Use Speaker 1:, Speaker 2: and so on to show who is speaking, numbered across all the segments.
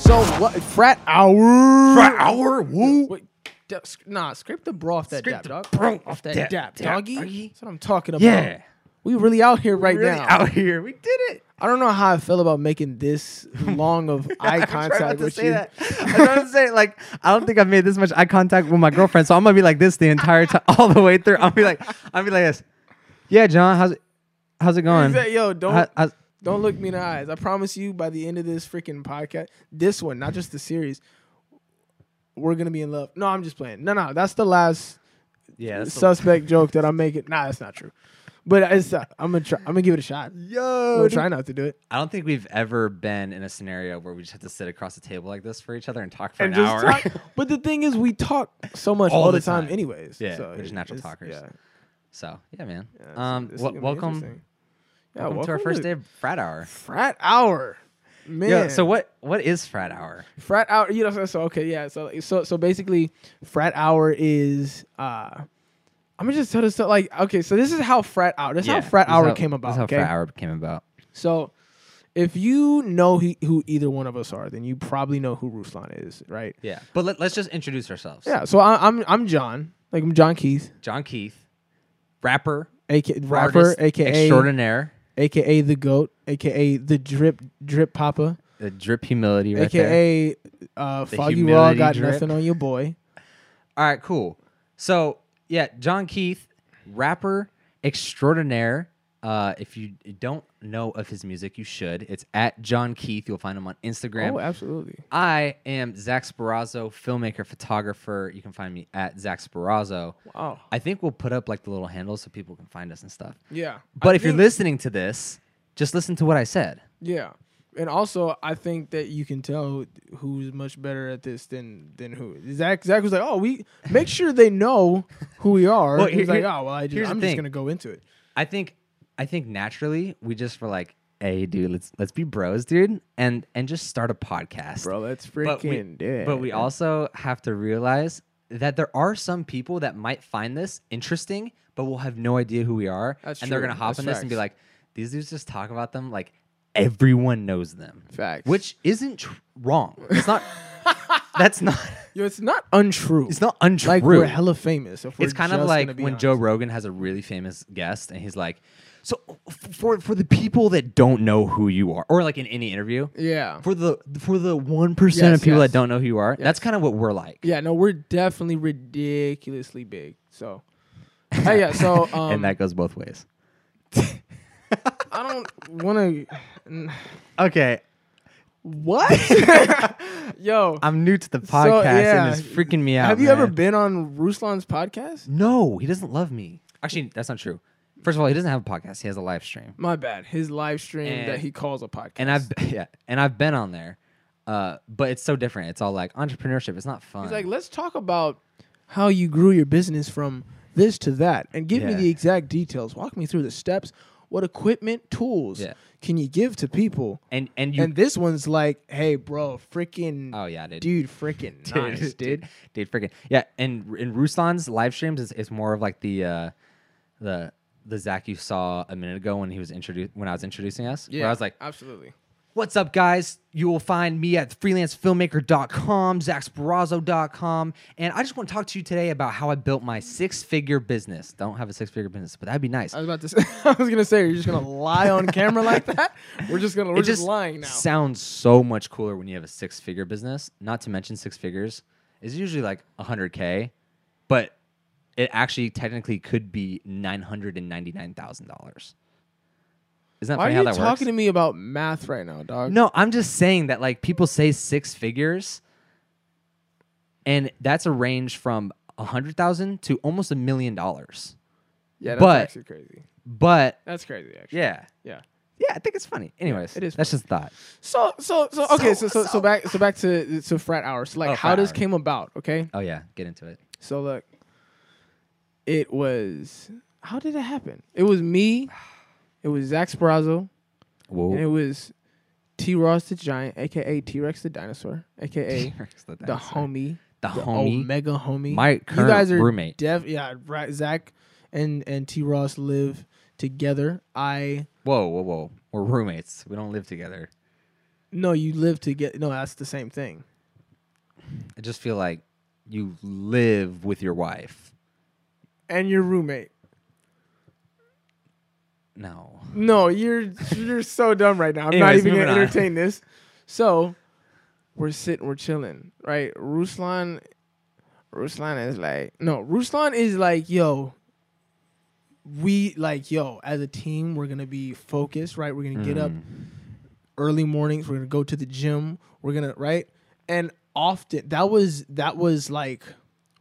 Speaker 1: So what? Frat hour.
Speaker 2: Frat hour. Woo.
Speaker 1: Wait, da- sc- nah, scrape the bra off that
Speaker 2: Scrape
Speaker 1: dap,
Speaker 2: the
Speaker 1: dog.
Speaker 2: bro off
Speaker 1: that
Speaker 2: that
Speaker 1: dap,
Speaker 2: dap,
Speaker 1: doggy.
Speaker 2: doggy.
Speaker 1: That's what I'm talking about.
Speaker 2: Yeah.
Speaker 1: We really out here right
Speaker 2: Really
Speaker 1: now.
Speaker 2: out here. We did it.
Speaker 1: I don't know how I feel about making this long of eye
Speaker 2: I'm trying
Speaker 1: contact
Speaker 2: not to
Speaker 1: with
Speaker 2: say
Speaker 1: you.
Speaker 2: that. I'm trying to say like I don't think I've made this much eye contact with my girlfriend, so I'm gonna be like this the entire time, all the way through. I'll be like, I'll be like this. Yeah, John, how's it, how's it
Speaker 1: He
Speaker 2: going?
Speaker 1: said, Yo, don't
Speaker 2: How- how's-
Speaker 1: don't look me in the eyes. I promise you, by the end of this freaking podcast, this one, not just the series, we're gonna be in love. No, I'm just playing. No, no, that's the last
Speaker 2: yeah, that's the-
Speaker 1: suspect joke that I'm making. Nah, that's not true. But it's uh, I'm gonna try. I'm gonna give it a shot.
Speaker 2: yo.
Speaker 1: We'll
Speaker 2: dude.
Speaker 1: try not to do it.
Speaker 2: I don't think we've ever been in a scenario where we just have to sit across the table like this for each other and talk for
Speaker 1: And
Speaker 2: an
Speaker 1: just
Speaker 2: hour.
Speaker 1: talk- But the thing is, we talk so much all, the time, anyways.
Speaker 2: Yeah,
Speaker 1: so
Speaker 2: we're just
Speaker 1: it-
Speaker 2: natural
Speaker 1: it's-
Speaker 2: talkers.
Speaker 1: Yeah,
Speaker 2: so yeah, man.
Speaker 1: yeah, it's-
Speaker 2: um,
Speaker 1: this is
Speaker 2: wel-
Speaker 1: gonna be
Speaker 2: welcome,
Speaker 1: interesting. Yeah,
Speaker 2: welcome to our first day of frat hour.
Speaker 1: frat hour. Man,
Speaker 2: Yeah. So what what is frat hour?
Speaker 1: frat hour you know so- so okay yeah so so so basically frat hour is uh i'm gonna just tell this like okay so this is how frat hour this is
Speaker 2: Yeah,
Speaker 1: how frat
Speaker 2: this is
Speaker 1: hour
Speaker 2: how-
Speaker 1: came
Speaker 2: this is
Speaker 1: about
Speaker 2: how
Speaker 1: okay
Speaker 2: frat hour came about.
Speaker 1: so if you know who, who either one of us are then you probably know who ruslan is right
Speaker 2: Yeah. But let, us just introduce ourselves.
Speaker 1: yeah so I, i'm i'm john like i'm john keith
Speaker 2: John Keith, rapper,
Speaker 1: aka rapper
Speaker 2: artist,
Speaker 1: aka
Speaker 2: extraordinaire,
Speaker 1: aka the goat aka the drip drip papa
Speaker 2: the drip humility right there.
Speaker 1: aka uh
Speaker 2: The
Speaker 1: foggy raw
Speaker 2: humility
Speaker 1: got
Speaker 2: drip.
Speaker 1: nothing on your boy
Speaker 2: All right, cool. So yeah, John Keith, rapper extraordinaire. Uh, if you don't know of his music, you should. It's at John Keith. You'll find him on Instagram.
Speaker 1: oh absolutely
Speaker 2: I am Zach Sparazzo, filmmaker, photographer. You can find me at Zach Sparazzo.
Speaker 1: wow
Speaker 2: I think we'll put up like the little handles so people can find us and stuff.
Speaker 1: yeah
Speaker 2: But
Speaker 1: I
Speaker 2: if you're
Speaker 1: think-
Speaker 2: listening to this, just listen to what I said.
Speaker 1: Yeah. And also, I think that you can tell who's much better at this than than who. Zach Zach was like, "Oh, we make sure they know who we are."
Speaker 2: Well,
Speaker 1: he was
Speaker 2: here-
Speaker 1: like, "Oh, well, I
Speaker 2: here's
Speaker 1: just,
Speaker 2: the
Speaker 1: I'm just
Speaker 2: thing.
Speaker 1: gonna go into it."
Speaker 2: I think I think naturally we just were like, hey dude, let's let's be bros, dude, and and just start a podcast.
Speaker 1: Bro, that's
Speaker 2: But we,
Speaker 1: freaking dead.
Speaker 2: but we also have to realize that there are some people that might find this interesting, but will have no idea who we are.
Speaker 1: That's
Speaker 2: and they're
Speaker 1: true.
Speaker 2: gonna hop
Speaker 1: That's
Speaker 2: in this and be
Speaker 1: facts.
Speaker 2: like, these dudes just talk about them like everyone knows them.
Speaker 1: facts.
Speaker 2: Which isn't tr- wrong. It's not that's not
Speaker 1: Yo, it's not untrue.
Speaker 2: it's not untrue.
Speaker 1: like we're hella famous. if we're
Speaker 2: it's kind of
Speaker 1: just
Speaker 2: like
Speaker 1: gonna
Speaker 2: when
Speaker 1: be
Speaker 2: Joe
Speaker 1: honest.
Speaker 2: Rogan has a really famous guest and he's like, "So f- for for the people that don't know who you are, or like in any interview,
Speaker 1: Yeah.
Speaker 2: for the for the one percent
Speaker 1: Yes,
Speaker 2: of people
Speaker 1: yes.
Speaker 2: that don't know who you are, that's kind of what we're like."
Speaker 1: Yeah. No, we're definitely ridiculously big. So. hey, yeah. So. Um,
Speaker 2: and that goes both ways.
Speaker 1: I don't want to.
Speaker 2: Okay,
Speaker 1: What? Yo.
Speaker 2: I'm new to the podcast
Speaker 1: yeah.
Speaker 2: and it's freaking me out.
Speaker 1: Have you ever
Speaker 2: man.
Speaker 1: been on Ruslan's podcast?
Speaker 2: No, he doesn't love me. Actually, that's not true. First of all, he doesn't have a podcast. He has a live stream,
Speaker 1: My bad. His live stream that
Speaker 2: And-
Speaker 1: he calls a podcast.
Speaker 2: and I've yeah, and I've been on there. Uh, but it's so different. It's all like entrepreneurship. It's not fun.
Speaker 1: he's like, let's talk about how you grew your business from this to that, and give me
Speaker 2: Yeah.
Speaker 1: the exact details. Walk me through the steps. What equipment, tools
Speaker 2: Yeah.
Speaker 1: can you give to people?
Speaker 2: and and you
Speaker 1: and this one's like, hey, bro, freaking,
Speaker 2: Oh yeah, dude.
Speaker 1: dude, freaking nice, dude.
Speaker 2: Dude, freaking yeah. And in Ruslan's live streams, it's, it's more of like the uh, the the Zach you saw a minute ago when he was introduced when I was introducing us. where I was like,
Speaker 1: absolutely.
Speaker 2: "What's up, guys? You will find me at freelancefilmmaker.com, ZachSparazzo.com, and I just want to talk to you today about how I built my six figure business. Don't have a six figure business, but that'd be nice.
Speaker 1: I was about to. Say, I was gonna say, you're just gonna lie on camera like that. We're just gonna. We're
Speaker 2: it
Speaker 1: just, lying now.
Speaker 2: sounds so much cooler when you have a six figure business. Not to mention six figures is usually like 100k, but it actually technically could be nine hundred and ninety nine thousand dollars. Isn't that
Speaker 1: Why are
Speaker 2: funny
Speaker 1: you
Speaker 2: how that
Speaker 1: talking to
Speaker 2: works?
Speaker 1: me about math right now, dog?
Speaker 2: No, I'm just saying that like people say six figures, and that's a range from a hundred thousand to almost a million dollars.
Speaker 1: yeah, that's
Speaker 2: but-
Speaker 1: actually crazy.
Speaker 2: But
Speaker 1: That's crazy, actually.
Speaker 2: yeah,
Speaker 1: Yeah.
Speaker 2: yeah, I think it's funny. Anyways,
Speaker 1: it is
Speaker 2: That's just thought.
Speaker 1: So so so okay. So so
Speaker 2: So-
Speaker 1: so
Speaker 2: so-
Speaker 1: back so back to to frat hour. So like
Speaker 2: Oh,
Speaker 1: how
Speaker 2: frat
Speaker 1: this
Speaker 2: hour.
Speaker 1: came about. Okay.
Speaker 2: Oh yeah, get into it.
Speaker 1: So look, it was how did it happen? It was me. It was Zach Sparazzo,
Speaker 2: Whoa.
Speaker 1: and it was T. Ross the Giant, anae T. Rex the Dinosaur, aka
Speaker 2: the
Speaker 1: the
Speaker 2: dinosaur.
Speaker 1: homie,
Speaker 2: the
Speaker 1: the
Speaker 2: homie.
Speaker 1: Omega homie.
Speaker 2: My current
Speaker 1: you guys are
Speaker 2: roommate.
Speaker 1: Def, yeah, right. Zach and and T. Ross live together. I
Speaker 2: Whoa, whoa, whoa. We're roommates. We don't live together.
Speaker 1: no, you live together. No, that's the same thing.
Speaker 2: I just feel like you live with your wife.
Speaker 1: And your roommate.
Speaker 2: No.
Speaker 1: No, you're you're so dumb right now. I'm not
Speaker 2: Anyways,
Speaker 1: even gonna
Speaker 2: moving on.
Speaker 1: entertain this. So we're sitting, we're chilling, right? Ruslan, Ruslan is like, no, Ruslan is like, yo, we like, yo, as a team, we're gonna be focused, right? We're gonna get up
Speaker 2: Mm.
Speaker 1: early mornings. We're gonna go to the gym. We're gonna right. And often that was that was like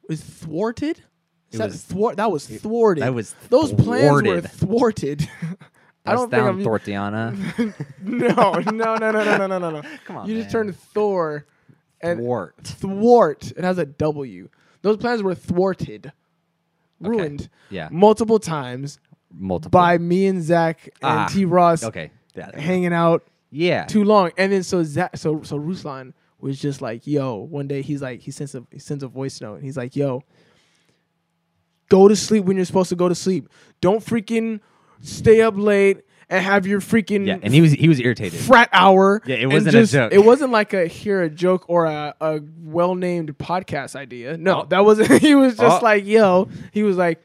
Speaker 1: was thwarted. Is
Speaker 2: It
Speaker 1: that
Speaker 2: was-
Speaker 1: thwart? That was thwarted.
Speaker 2: that was
Speaker 1: those plans were
Speaker 2: thwarted.
Speaker 1: thwarted. I
Speaker 2: That's
Speaker 1: don't think
Speaker 2: down
Speaker 1: I'm
Speaker 2: Thortiana.
Speaker 1: no, no, no, no, no, no, no, no, no.
Speaker 2: Come on,
Speaker 1: You just
Speaker 2: man.
Speaker 1: turned Thor and
Speaker 2: Thwart.
Speaker 1: thwart. It has a W. Those plans were thwarted,
Speaker 2: Okay.
Speaker 1: ruined
Speaker 2: Yeah.
Speaker 1: multiple times
Speaker 2: Multiple.
Speaker 1: by me and Zach and
Speaker 2: Ah,
Speaker 1: T. Ross
Speaker 2: Okay. Yeah.
Speaker 1: hanging out
Speaker 2: yeah.
Speaker 1: too long. And then so Zach, so so Ruslan was just like, "Yo," one day he's like, he sends a he sends a voice note, and he's like, "Yo, go to sleep when you're supposed to go to sleep. Don't freaking stay up late and have your freaking
Speaker 2: yeah. And he was he was irritated.
Speaker 1: frat hour.
Speaker 2: Yeah, it
Speaker 1: and
Speaker 2: wasn't a joke.
Speaker 1: It wasn't like a hear a joke or a, a well named podcast idea. No, that wasn't. He was just
Speaker 2: Oh.
Speaker 1: like, "Yo," he was like,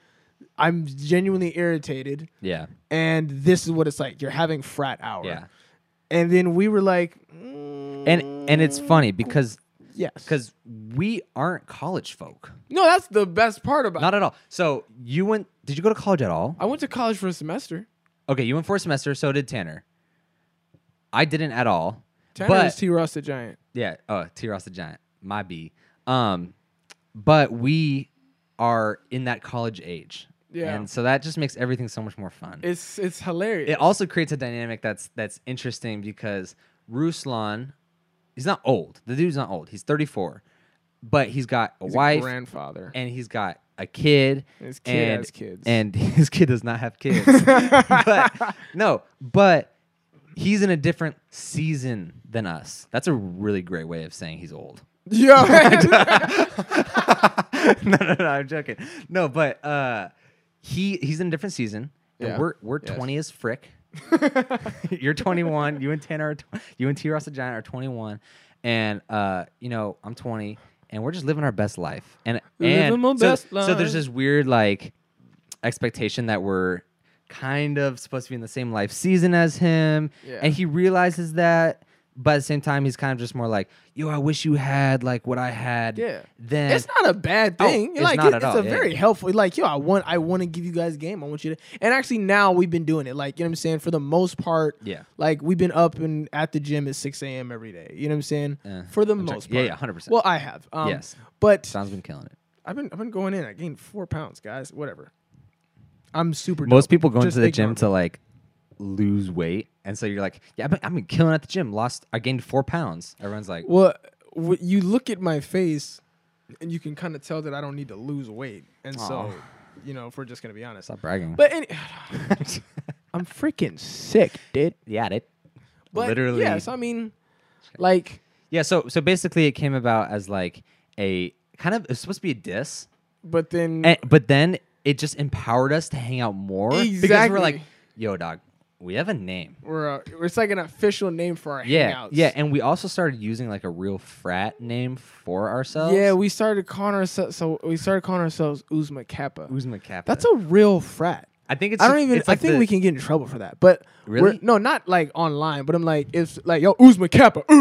Speaker 1: "I'm genuinely irritated."
Speaker 2: Yeah.
Speaker 1: And this is what it's like. You're having frat hour.
Speaker 2: Yeah.
Speaker 1: And then we were like, mm,
Speaker 2: And and it's funny because
Speaker 1: Yes.
Speaker 2: because we aren't college folk.
Speaker 1: no, that's the best part about. it.
Speaker 2: Not at all. So you went? Did you go to college at all?
Speaker 1: I went to college for a semester.
Speaker 2: Okay, you went for a semester. So did Tanner. I didn't at all.
Speaker 1: Tanner
Speaker 2: but
Speaker 1: was T. Ross the Giant.
Speaker 2: yeah, oh T. Ross the Giant, my B. Um, but we are in that college age.
Speaker 1: Yeah.
Speaker 2: And so that just makes everything so much more fun.
Speaker 1: It's it's hilarious.
Speaker 2: it also creates a dynamic that's that's interesting because Ruslan, he's not old. The dude's not old. He's 34, but he's got a
Speaker 1: He's a
Speaker 2: wife
Speaker 1: grandfather.
Speaker 2: and he's got a kid.
Speaker 1: His kid
Speaker 2: and,
Speaker 1: has kids.
Speaker 2: and his kid does not have kids. but no, but he's in a different season than us. That's a really great way of saying he's old.
Speaker 1: Yo,
Speaker 2: no, no, no, I'm joking. No, but uh, he he's in a different season. And
Speaker 1: Yeah.
Speaker 2: we're we're
Speaker 1: Yes.
Speaker 2: 20 as frick. You're 21. You and Tanner are tw- you and T. Ross the Giant are 21, and uh, you know I'm 20, and we're just living our best life. And
Speaker 1: Living
Speaker 2: and
Speaker 1: my
Speaker 2: so,
Speaker 1: best
Speaker 2: so
Speaker 1: life.
Speaker 2: there's this weird like expectation that we're kind of supposed to be in the same life season as him,
Speaker 1: Yeah.
Speaker 2: and he realizes that. But at the same time, he's kind of just more like, "Yo, I wish you had like what I had."
Speaker 1: Yeah.
Speaker 2: Then
Speaker 1: it's not a bad
Speaker 2: Oh,
Speaker 1: thing.
Speaker 2: it's
Speaker 1: like
Speaker 2: not
Speaker 1: it-
Speaker 2: at
Speaker 1: it's
Speaker 2: all,
Speaker 1: a
Speaker 2: yeah.
Speaker 1: very helpful. Like yo, I want I want to give you guys game. I want you to. And actually, now we've been doing it. Like you know what I'm saying. For the most part,
Speaker 2: Yeah.
Speaker 1: Like we've been up and at the gym at 6 a.m. every day. You know what I'm saying.
Speaker 2: Uh,
Speaker 1: For the
Speaker 2: I'm joking.
Speaker 1: most
Speaker 2: Yeah,
Speaker 1: part.
Speaker 2: yeah, 100%.
Speaker 1: Well, I have. Um,
Speaker 2: Yes.
Speaker 1: But
Speaker 2: Sean's been killing it.
Speaker 1: I've been I've been going in. I gained four pounds, guys. Whatever. I'm super.
Speaker 2: Most
Speaker 1: dope.
Speaker 2: people go
Speaker 1: Just
Speaker 2: into the
Speaker 1: ignore
Speaker 2: gym to like lose weight, and so you're like, "Yeah, I've been, I've been killing at the gym. Lost, I gained four pounds." Everyone's like,
Speaker 1: Well, w- you look at my face, and you can kind of tell that I don't need to lose weight. And so, you know, if we're just gonna be honest.
Speaker 2: "Stop bragging."
Speaker 1: But any, I'm freaking sick, dude.
Speaker 2: yeah, it.
Speaker 1: But
Speaker 2: Literally.
Speaker 1: yes, I mean, like,
Speaker 2: Yeah. So so basically, it came about as like a kind of it's supposed to be a diss,
Speaker 1: but then
Speaker 2: and, but then it just empowered us to hang out more because we're
Speaker 1: Exactly.
Speaker 2: like, "Yo, dog, we have a name."
Speaker 1: we're uh, it's like an official name for our
Speaker 2: Yeah,
Speaker 1: hangouts.
Speaker 2: yeah, and we also started using like a real frat name for ourselves.
Speaker 1: yeah. We started calling ourselves. So we started calling ourselves Uzma Kappa.
Speaker 2: Uzma Kappa.
Speaker 1: That's a real frat.
Speaker 2: I think it's.
Speaker 1: I don't even.
Speaker 2: it's like
Speaker 1: I think
Speaker 2: the-
Speaker 1: we can get in trouble for that. But we're-
Speaker 2: Really?
Speaker 1: no, not like online. But I'm like, it's like, yo, Uzma Kappa, uh,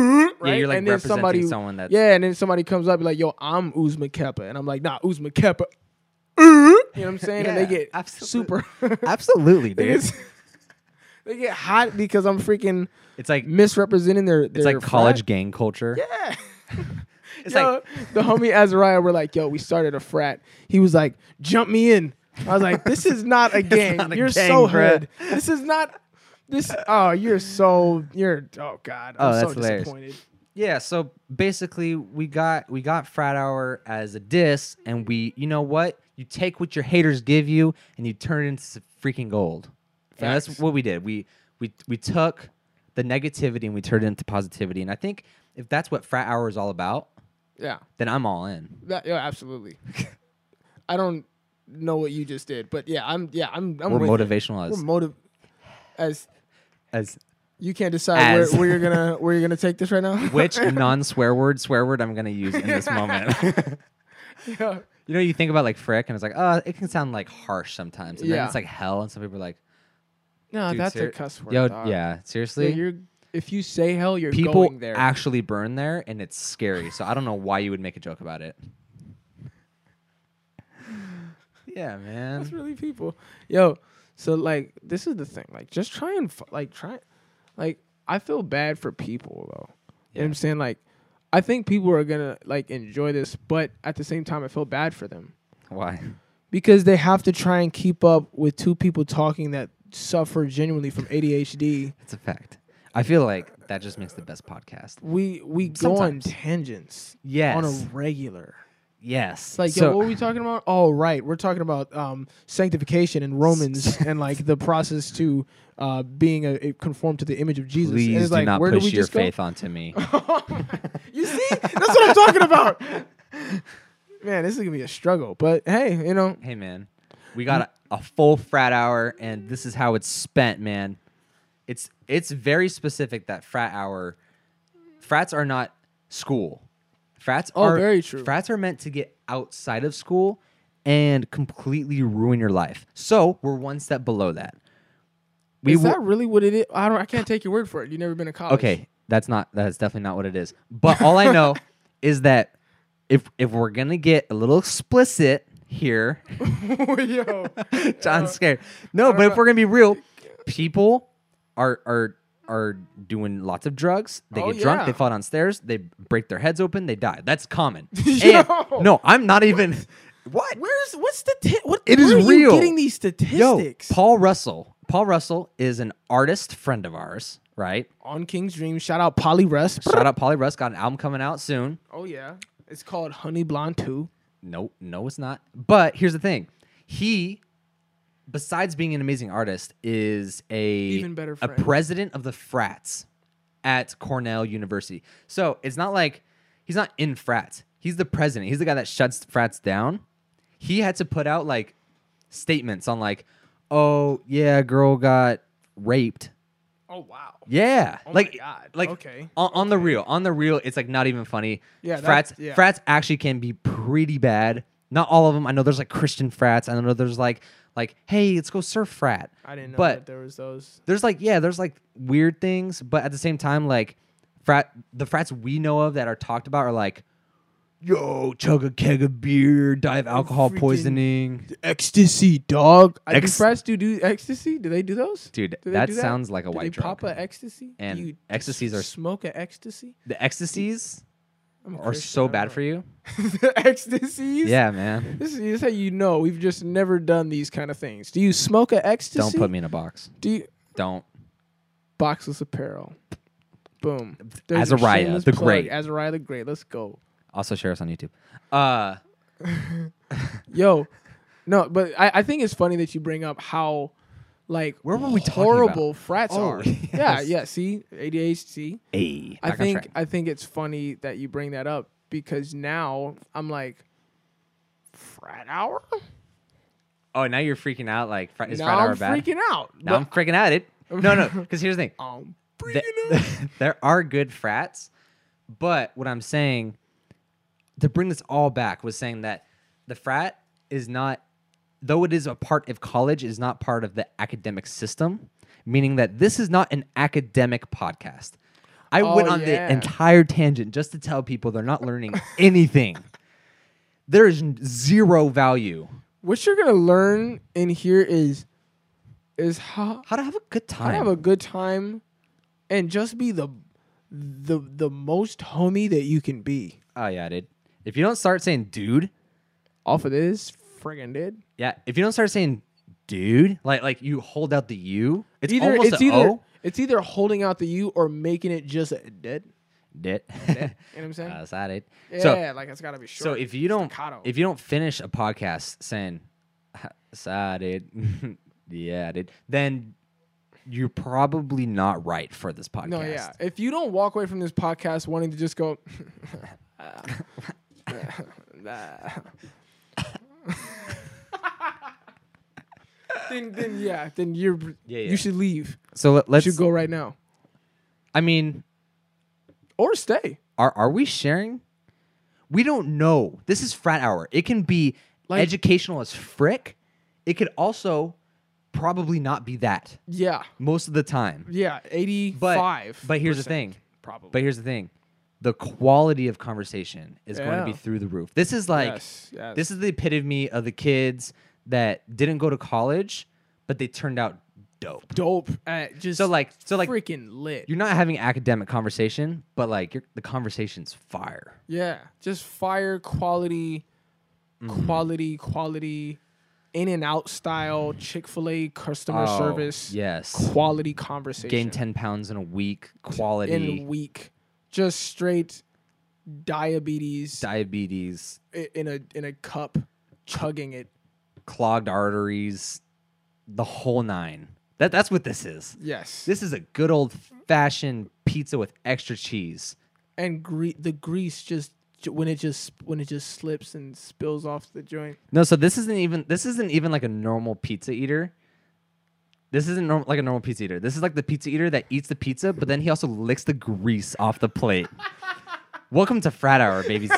Speaker 1: right?
Speaker 2: you're, like,
Speaker 1: and then
Speaker 2: representing
Speaker 1: somebody,
Speaker 2: someone that's-
Speaker 1: yeah, and then somebody comes up, like, yo, I'm Uzma Kappa, and I'm like, nah, Uzma Kappa, uh, you know what I'm saying? and they
Speaker 2: Yeah,
Speaker 1: get
Speaker 2: absolutely.
Speaker 1: super,
Speaker 2: Absolutely,
Speaker 1: they,
Speaker 2: dude.
Speaker 1: get, they get hot because I'm freaking
Speaker 2: It's like
Speaker 1: misrepresenting their.
Speaker 2: it's like college gang culture.
Speaker 1: Yeah.
Speaker 2: It's
Speaker 1: yo,
Speaker 2: like
Speaker 1: the homie Azariah were like, yo, we started a frat. He was like, jump me in. I was like, this is not a gang.
Speaker 2: not a
Speaker 1: you're
Speaker 2: gang,
Speaker 1: so
Speaker 2: bruh.
Speaker 1: hood. This is not this oh, you're so you're oh god. I'm so
Speaker 2: Oh, that's hilarious.
Speaker 1: disappointed.
Speaker 2: yeah. So basically, we got we got frat hour as a diss, and we you know what? You take what your haters give you, and you turn it into some freaking gold. And that's
Speaker 1: Facts.
Speaker 2: what we did. We we we took the negativity and we turned it into positivity. And I think if that's what frat hour is all about,
Speaker 1: Yeah.
Speaker 2: then I'm all in.
Speaker 1: That yeah, absolutely. I don't know what you just did, but yeah, I'm yeah, I'm I'm
Speaker 2: We're
Speaker 1: with it.
Speaker 2: motivational
Speaker 1: We're
Speaker 2: as
Speaker 1: motive as
Speaker 2: as
Speaker 1: you can't decide where,
Speaker 2: As.
Speaker 1: where you're gonna where you're gonna take this right now.
Speaker 2: which non swear word swear word I'm gonna use in this moment.
Speaker 1: yeah.
Speaker 2: you know, you think about like frick, and it's like, oh, it can sound like harsh sometimes, and
Speaker 1: Yeah.
Speaker 2: then it's like hell, and some people are like,
Speaker 1: No,
Speaker 2: Dude,
Speaker 1: that's a
Speaker 2: ser-
Speaker 1: cuss word.
Speaker 2: yo,
Speaker 1: dog.
Speaker 2: yeah,
Speaker 1: Yeah,
Speaker 2: seriously,
Speaker 1: you're if you say hell, you're
Speaker 2: people
Speaker 1: going there.
Speaker 2: actually burn there, and it's scary. So I don't know why you would make a joke about it. yeah,
Speaker 1: That's
Speaker 2: man.
Speaker 1: really people. Yo, so like this is the thing. Like just try and f- like try like I feel bad for people though. You know what I'm saying? Like I think people are going to like enjoy this, but at the same time I feel bad for them
Speaker 2: Why?
Speaker 1: because they have to try and keep up with two people talking that suffer genuinely from ADHD.
Speaker 2: It's a fact. I feel like that just makes the best podcast.
Speaker 1: We we go on
Speaker 2: Sometimes.
Speaker 1: tangents
Speaker 2: Yes.
Speaker 1: on a regular.
Speaker 2: yes.
Speaker 1: It's like, yo, what were we talking about? Oh, right. We're talking about um, sanctification in Romans and like the process to uh, being a, a conformed to the image of Jesus. and
Speaker 2: please
Speaker 1: it's
Speaker 2: do
Speaker 1: like,
Speaker 2: not
Speaker 1: where
Speaker 2: push
Speaker 1: do we
Speaker 2: your
Speaker 1: just
Speaker 2: faith onto me.
Speaker 1: go? you see? That's what I'm talking about. Man, this is going to be a struggle. But hey, you know,
Speaker 2: hey, man, we got a, a full frat hour, and this is how it's spent, man. It's it's very specific that frat hour. Frats are not school. Frats
Speaker 1: Oh,
Speaker 2: are
Speaker 1: very true.
Speaker 2: Frats are meant to get outside of school and completely ruin your life. So we're one step below that. We
Speaker 1: is
Speaker 2: wo-
Speaker 1: that really what it is? I don't. I can't take your word for it. You've never been to college.
Speaker 2: Okay, that's not that's definitely not what it is. But all I know is that if if we're gonna get a little explicit here,
Speaker 1: Yo.
Speaker 2: John's scared. No, but if we're gonna be real, people are are are doing lots of drugs. They
Speaker 1: Oh,
Speaker 2: get drunk.
Speaker 1: yeah.
Speaker 2: They fall downstairs. They break their heads open. They die. That's common.
Speaker 1: Yo.
Speaker 2: And- no, I'm not even. What?
Speaker 1: Where's what's the t- what?
Speaker 2: It is
Speaker 1: where are You
Speaker 2: real.
Speaker 1: getting these
Speaker 2: Yo,
Speaker 1: statistics
Speaker 2: Paul Russell. Paul Russell is an artist friend of ours, right?
Speaker 1: on King's Dream. Shout out Polly Russ.
Speaker 2: Shout out Polly Russ. Got an album coming out soon.
Speaker 1: Oh yeah, it's called Honey Blonde Two.
Speaker 2: No, no, it's not. But here's the thing: he, besides being an amazing artist, is a
Speaker 1: Even better
Speaker 2: a
Speaker 1: friend.
Speaker 2: president of the frats at Cornell University. So it's not like he's not in frats. He's the president. He's the guy that shuts frats down. He had to put out like statements on like, oh yeah, girl got raped.
Speaker 1: Oh wow.
Speaker 2: Yeah,
Speaker 1: Oh my
Speaker 2: like,
Speaker 1: God.
Speaker 2: like
Speaker 1: Okay.
Speaker 2: on, on the real, on the real, it's like not even funny.
Speaker 1: Yeah,
Speaker 2: frats,
Speaker 1: that's- yeah.
Speaker 2: frats actually can be pretty bad. Not all of them. I know there's like Christian frats. I know there's like like hey, let's go surf frat.
Speaker 1: I didn't know
Speaker 2: But-
Speaker 1: that there was those.
Speaker 2: There's like yeah, there's like weird things, but at the same time, like frat, the frats we know of that are talked about are like, yo, chug a keg of beer, die of alcohol
Speaker 1: Freaking-
Speaker 2: poisoning.
Speaker 1: Ecstasy, dog. I do
Speaker 2: Ex-
Speaker 1: frats do do ecstasy? Do they do those?
Speaker 2: Dude,
Speaker 1: do they
Speaker 2: that
Speaker 1: do
Speaker 2: sounds like a
Speaker 1: Do
Speaker 2: white
Speaker 1: they
Speaker 2: drug.
Speaker 1: pop a ecstasy? Do
Speaker 2: And
Speaker 1: you
Speaker 2: ecstasies
Speaker 1: s-
Speaker 2: are-
Speaker 1: smoke a ecstasy?
Speaker 2: The ecstasies
Speaker 1: I'm a
Speaker 2: are
Speaker 1: Christian,
Speaker 2: so
Speaker 1: I
Speaker 2: bad
Speaker 1: don't
Speaker 2: for you.
Speaker 1: know. the ecstasies.
Speaker 2: Yeah, man.
Speaker 1: This is, this is how you know we've just never done these kind of things. Do you smoke a ecstasy?
Speaker 2: Don't put me in a box.
Speaker 1: Do you
Speaker 2: Don't.
Speaker 1: boxless apparel? Boom.
Speaker 2: Azariah
Speaker 1: your shameless
Speaker 2: the
Speaker 1: plug.
Speaker 2: Great.
Speaker 1: Azariah the Great. Let's go.
Speaker 2: Also share us on YouTube. Uh,
Speaker 1: Yo, no, but I, I think it's funny that you bring up how like
Speaker 2: Where were we talking
Speaker 1: horrible frats
Speaker 2: Oh,
Speaker 1: are.
Speaker 2: yes.
Speaker 1: Yeah, yeah. See, ADHD.
Speaker 2: hey,
Speaker 1: I think I think it's funny that you bring that up because now I'm like, frat hour.
Speaker 2: Oh, now you're freaking out. Like, fr- is
Speaker 1: now
Speaker 2: Fred
Speaker 1: I'm
Speaker 2: Hour bad?
Speaker 1: freaking out.
Speaker 2: now I'm freaking out. It. No, no. Because here's the thing.
Speaker 1: But I'm
Speaker 2: Th-
Speaker 1: freaking out.
Speaker 2: there are good frats, but what I'm saying to bring this all back was saying that the frat is not, though it is a part of college, is not part of the academic system. Meaning that this is not an academic podcast. I went
Speaker 1: Oh,
Speaker 2: on
Speaker 1: yeah.
Speaker 2: the entire tangent just to tell people they're not learning anything. There is n- zero value.
Speaker 1: What you're gonna learn in here is is how
Speaker 2: How to have a good
Speaker 1: I
Speaker 2: time.
Speaker 1: have a good time and just be the the the most homie that you can be.
Speaker 2: Oh yeah, dude. If you don't start saying dude,
Speaker 1: Off of this friggin' did.
Speaker 2: yeah, if you don't start saying dude, like like you hold out the U, it's
Speaker 1: Either
Speaker 2: almost
Speaker 1: it's
Speaker 2: a
Speaker 1: either
Speaker 2: O.
Speaker 1: it's either holding out the U or making it just a dead.
Speaker 2: Did.
Speaker 1: You know what I'm saying?
Speaker 2: That's that it.
Speaker 1: yeah,
Speaker 2: Uh, so
Speaker 1: like it's gotta be short.
Speaker 2: so if you don't
Speaker 1: staccato.
Speaker 2: if you don't finish a podcast saying sad it, yeah, dude, then you're probably not right for this podcast.
Speaker 1: no, yeah. If you don't walk away from this podcast wanting to just go then, then yeah, then you're
Speaker 2: Yeah, yeah.
Speaker 1: you should leave.
Speaker 2: So let,
Speaker 1: You
Speaker 2: let's.
Speaker 1: should go right now
Speaker 2: I mean,
Speaker 1: or stay.
Speaker 2: are are we sharing? We don't know. This is frat hour. It can be
Speaker 1: Like-
Speaker 2: educational as frick. It could also probably not be that
Speaker 1: Yeah,
Speaker 2: most of the time.
Speaker 1: yeah, eighty-five.
Speaker 2: but here's the thing.
Speaker 1: probably.
Speaker 2: But here's the thing. The quality of conversation is going to be
Speaker 1: Yeah.
Speaker 2: through the roof. This is like
Speaker 1: yes, yes.
Speaker 2: this is the epitome of the kids that didn't go to college, but they turned out dope.
Speaker 1: dope. Uh, just
Speaker 2: So like so like
Speaker 1: freaking lit.
Speaker 2: you're not having academic conversation, but like you're, the conversation's fire.
Speaker 1: Yeah, just fire quality,
Speaker 2: Mm-hmm.
Speaker 1: quality, quality, in and out style Chick Fil A customer
Speaker 2: Oh,
Speaker 1: service.
Speaker 2: Yes.
Speaker 1: quality conversation.
Speaker 2: Gain 10 pounds in a week, quality,
Speaker 1: in week, just straight diabetes
Speaker 2: diabetes,
Speaker 1: i- in a in a cup, chugging it.
Speaker 2: clogged arteries, the whole nine. That that's what this is.
Speaker 1: Yes,
Speaker 2: This is a good old fashioned pizza with extra cheese.
Speaker 1: and gre- the grease just j- when it just when it just slips and spills off the joint.
Speaker 2: No, so this isn't even this isn't even like a normal pizza eater. This isn't norm- like a normal pizza eater. This is like the pizza eater that eats the pizza, but then he also licks the grease off the plate. Welcome to frat hour, babies.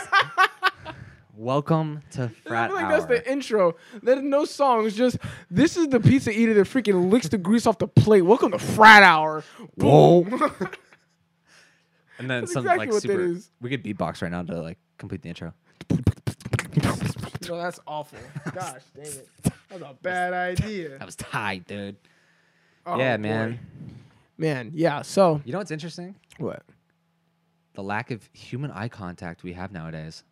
Speaker 2: Welcome to
Speaker 1: I
Speaker 2: frat
Speaker 1: feel like
Speaker 2: hour.
Speaker 1: that's the intro. There's no songs. Just this is the pizza eater that freaking licks the grease off the plate. Welcome to frat hour.
Speaker 2: Whoa.
Speaker 1: Boom.
Speaker 2: And then
Speaker 1: That's
Speaker 2: some
Speaker 1: exactly
Speaker 2: like
Speaker 1: what that
Speaker 2: super.
Speaker 1: is.
Speaker 2: We could beatbox right now to like complete the intro.
Speaker 1: no, that's awful. Gosh, dang it. That's a bad idea.
Speaker 2: That was tight, dude.
Speaker 1: Oh,
Speaker 2: yeah,
Speaker 1: boy.
Speaker 2: man.
Speaker 1: Man, yeah. So
Speaker 2: You know what's interesting?
Speaker 1: what?
Speaker 2: The lack of human eye contact we have nowadays.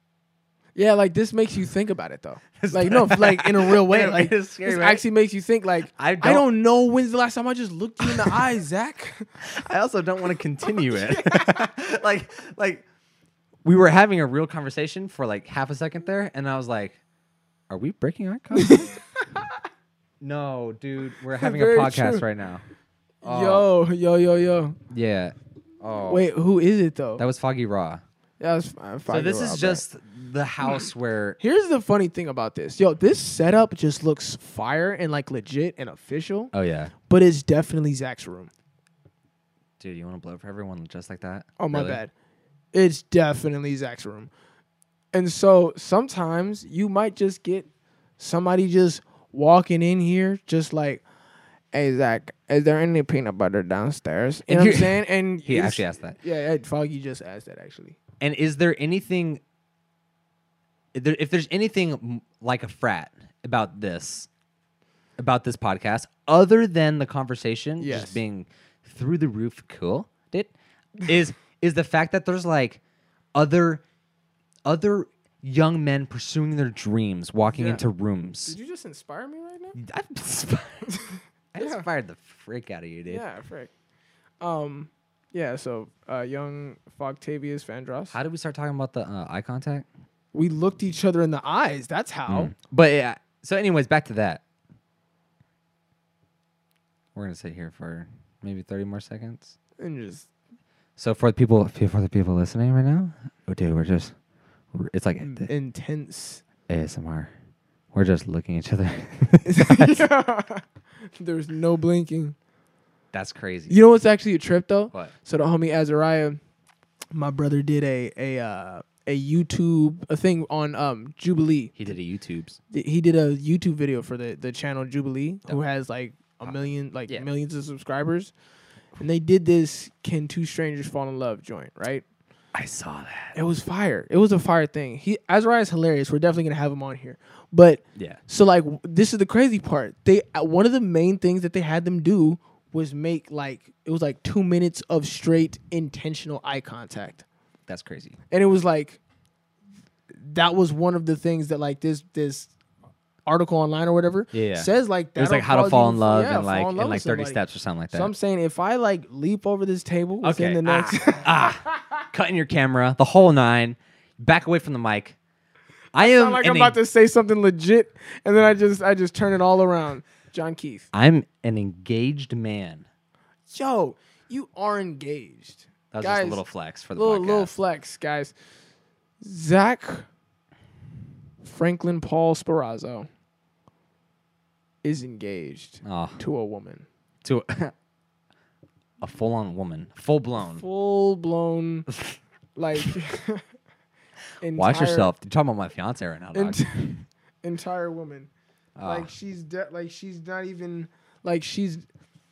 Speaker 1: Yeah, like this makes you think about it though. like no, like in a real way.
Speaker 2: In a-
Speaker 1: Like
Speaker 2: in a
Speaker 1: this
Speaker 2: scary way.
Speaker 1: actually makes you think. Like
Speaker 2: I
Speaker 1: I
Speaker 2: don't-
Speaker 1: don't, know when's the last time I just looked you in the eye, Zach.
Speaker 2: I also don't want to continue it. like, like we were having a real conversation for like half a second there, and I was like, "Are we breaking eye contact?" no, dude, we're having a
Speaker 1: Very
Speaker 2: podcast
Speaker 1: true.
Speaker 2: right now.
Speaker 1: Yo, yo, yo, yo.
Speaker 2: Yeah. Oh,
Speaker 1: Wait, who is it though?
Speaker 2: that was Foggy Raw.
Speaker 1: That was fine.
Speaker 2: So this is just the house where
Speaker 1: Here's the funny thing about this. Yo, this setup just looks fire and like legit and official,
Speaker 2: Oh yeah,
Speaker 1: but it's definitely Zach's room.
Speaker 2: dude, you want to blow for everyone just like that?
Speaker 1: Oh my
Speaker 2: Really?
Speaker 1: bad. It's definitely Zach's room. And so sometimes you might just get somebody just walking in here just like Hey Zach, is there any peanut butter downstairs? You
Speaker 2: And
Speaker 1: know what I'm
Speaker 2: here-
Speaker 1: saying? And
Speaker 2: He
Speaker 1: it's-
Speaker 2: actually asked that.
Speaker 1: Yeah, yeah, Foggy just asked that actually.
Speaker 2: And is there anything? If, there, if there's anything m- like a frat about this, about this podcast, other than the conversation
Speaker 1: Yes.
Speaker 2: just being through the roof, cool, did is is the fact that there's like other other young men pursuing their dreams, walking
Speaker 1: Yeah.
Speaker 2: into rooms.
Speaker 1: you just inspire me right now?
Speaker 2: I inspired, I
Speaker 1: Yeah.
Speaker 2: inspired the frick out of you, dude.
Speaker 1: Yeah, frick. Um yeah, so uh young Fogtavius Vandross.
Speaker 2: How did we start talking about the uh, eye contact?
Speaker 1: we looked each other in the eyes. That's how.
Speaker 2: But yeah. So, anyways, back to that. We're gonna sit here for maybe thirty more seconds.
Speaker 1: And just
Speaker 2: So for the people, for the people listening right now, oh dude, we're just, we're- it's like the
Speaker 1: intense.
Speaker 2: ASMR. We're just looking at each other.
Speaker 1: There's no blinking.
Speaker 2: That's crazy.
Speaker 1: You know what's actually a trip though?
Speaker 2: What?
Speaker 1: So the homie Azariah, my brother did a a uh, a YouTube a thing on um Jubilee.
Speaker 2: He did a YouTube's.
Speaker 1: Th- He did a YouTube video for the the channel Jubilee, who has like a million like
Speaker 2: Yeah.
Speaker 1: millions of subscribers. And they did this "Can Two Strangers Fall in Love" joint, right?
Speaker 2: I saw that.
Speaker 1: It was fire. It was a fire thing. He Azariah's hilarious. We're definitely gonna have him on here, but
Speaker 2: Yeah.
Speaker 1: so like w- this is the crazy part. They uh, one of the main things that they had them do was make like it was like 2 minutes of straight intentional eye contact.
Speaker 2: That's crazy.
Speaker 1: And it was like that was one of the things that like this this article online or whatever
Speaker 2: Yeah.
Speaker 1: says like that
Speaker 2: It was like how to fall in love and like in like thirty steps or something like that.
Speaker 1: So I'm saying if I like leap over this table within the
Speaker 2: ah,
Speaker 1: next
Speaker 2: ah. cutting your camera, the whole nine. Back away from the mic. I am
Speaker 1: I'm like
Speaker 2: an
Speaker 1: I'm about to say something legit and then I just I just turn it all around. John Keith.
Speaker 2: I'm an engaged man.
Speaker 1: Yo, you are engaged.
Speaker 2: That was just a
Speaker 1: Guys,
Speaker 2: little flex for the
Speaker 1: little
Speaker 2: podcast.
Speaker 1: little flex, guys. Zach Franklin Paul Sparazzo is engaged
Speaker 2: Oh,
Speaker 1: to a woman,
Speaker 2: to a, a full-on woman, full-blown.
Speaker 1: full blown, like.
Speaker 2: Watch
Speaker 1: entire-
Speaker 2: yourself. You're talking about my fiance right now, dog.
Speaker 1: ent- entire woman.
Speaker 2: Ah.
Speaker 1: Like she's de- like she's not even like she's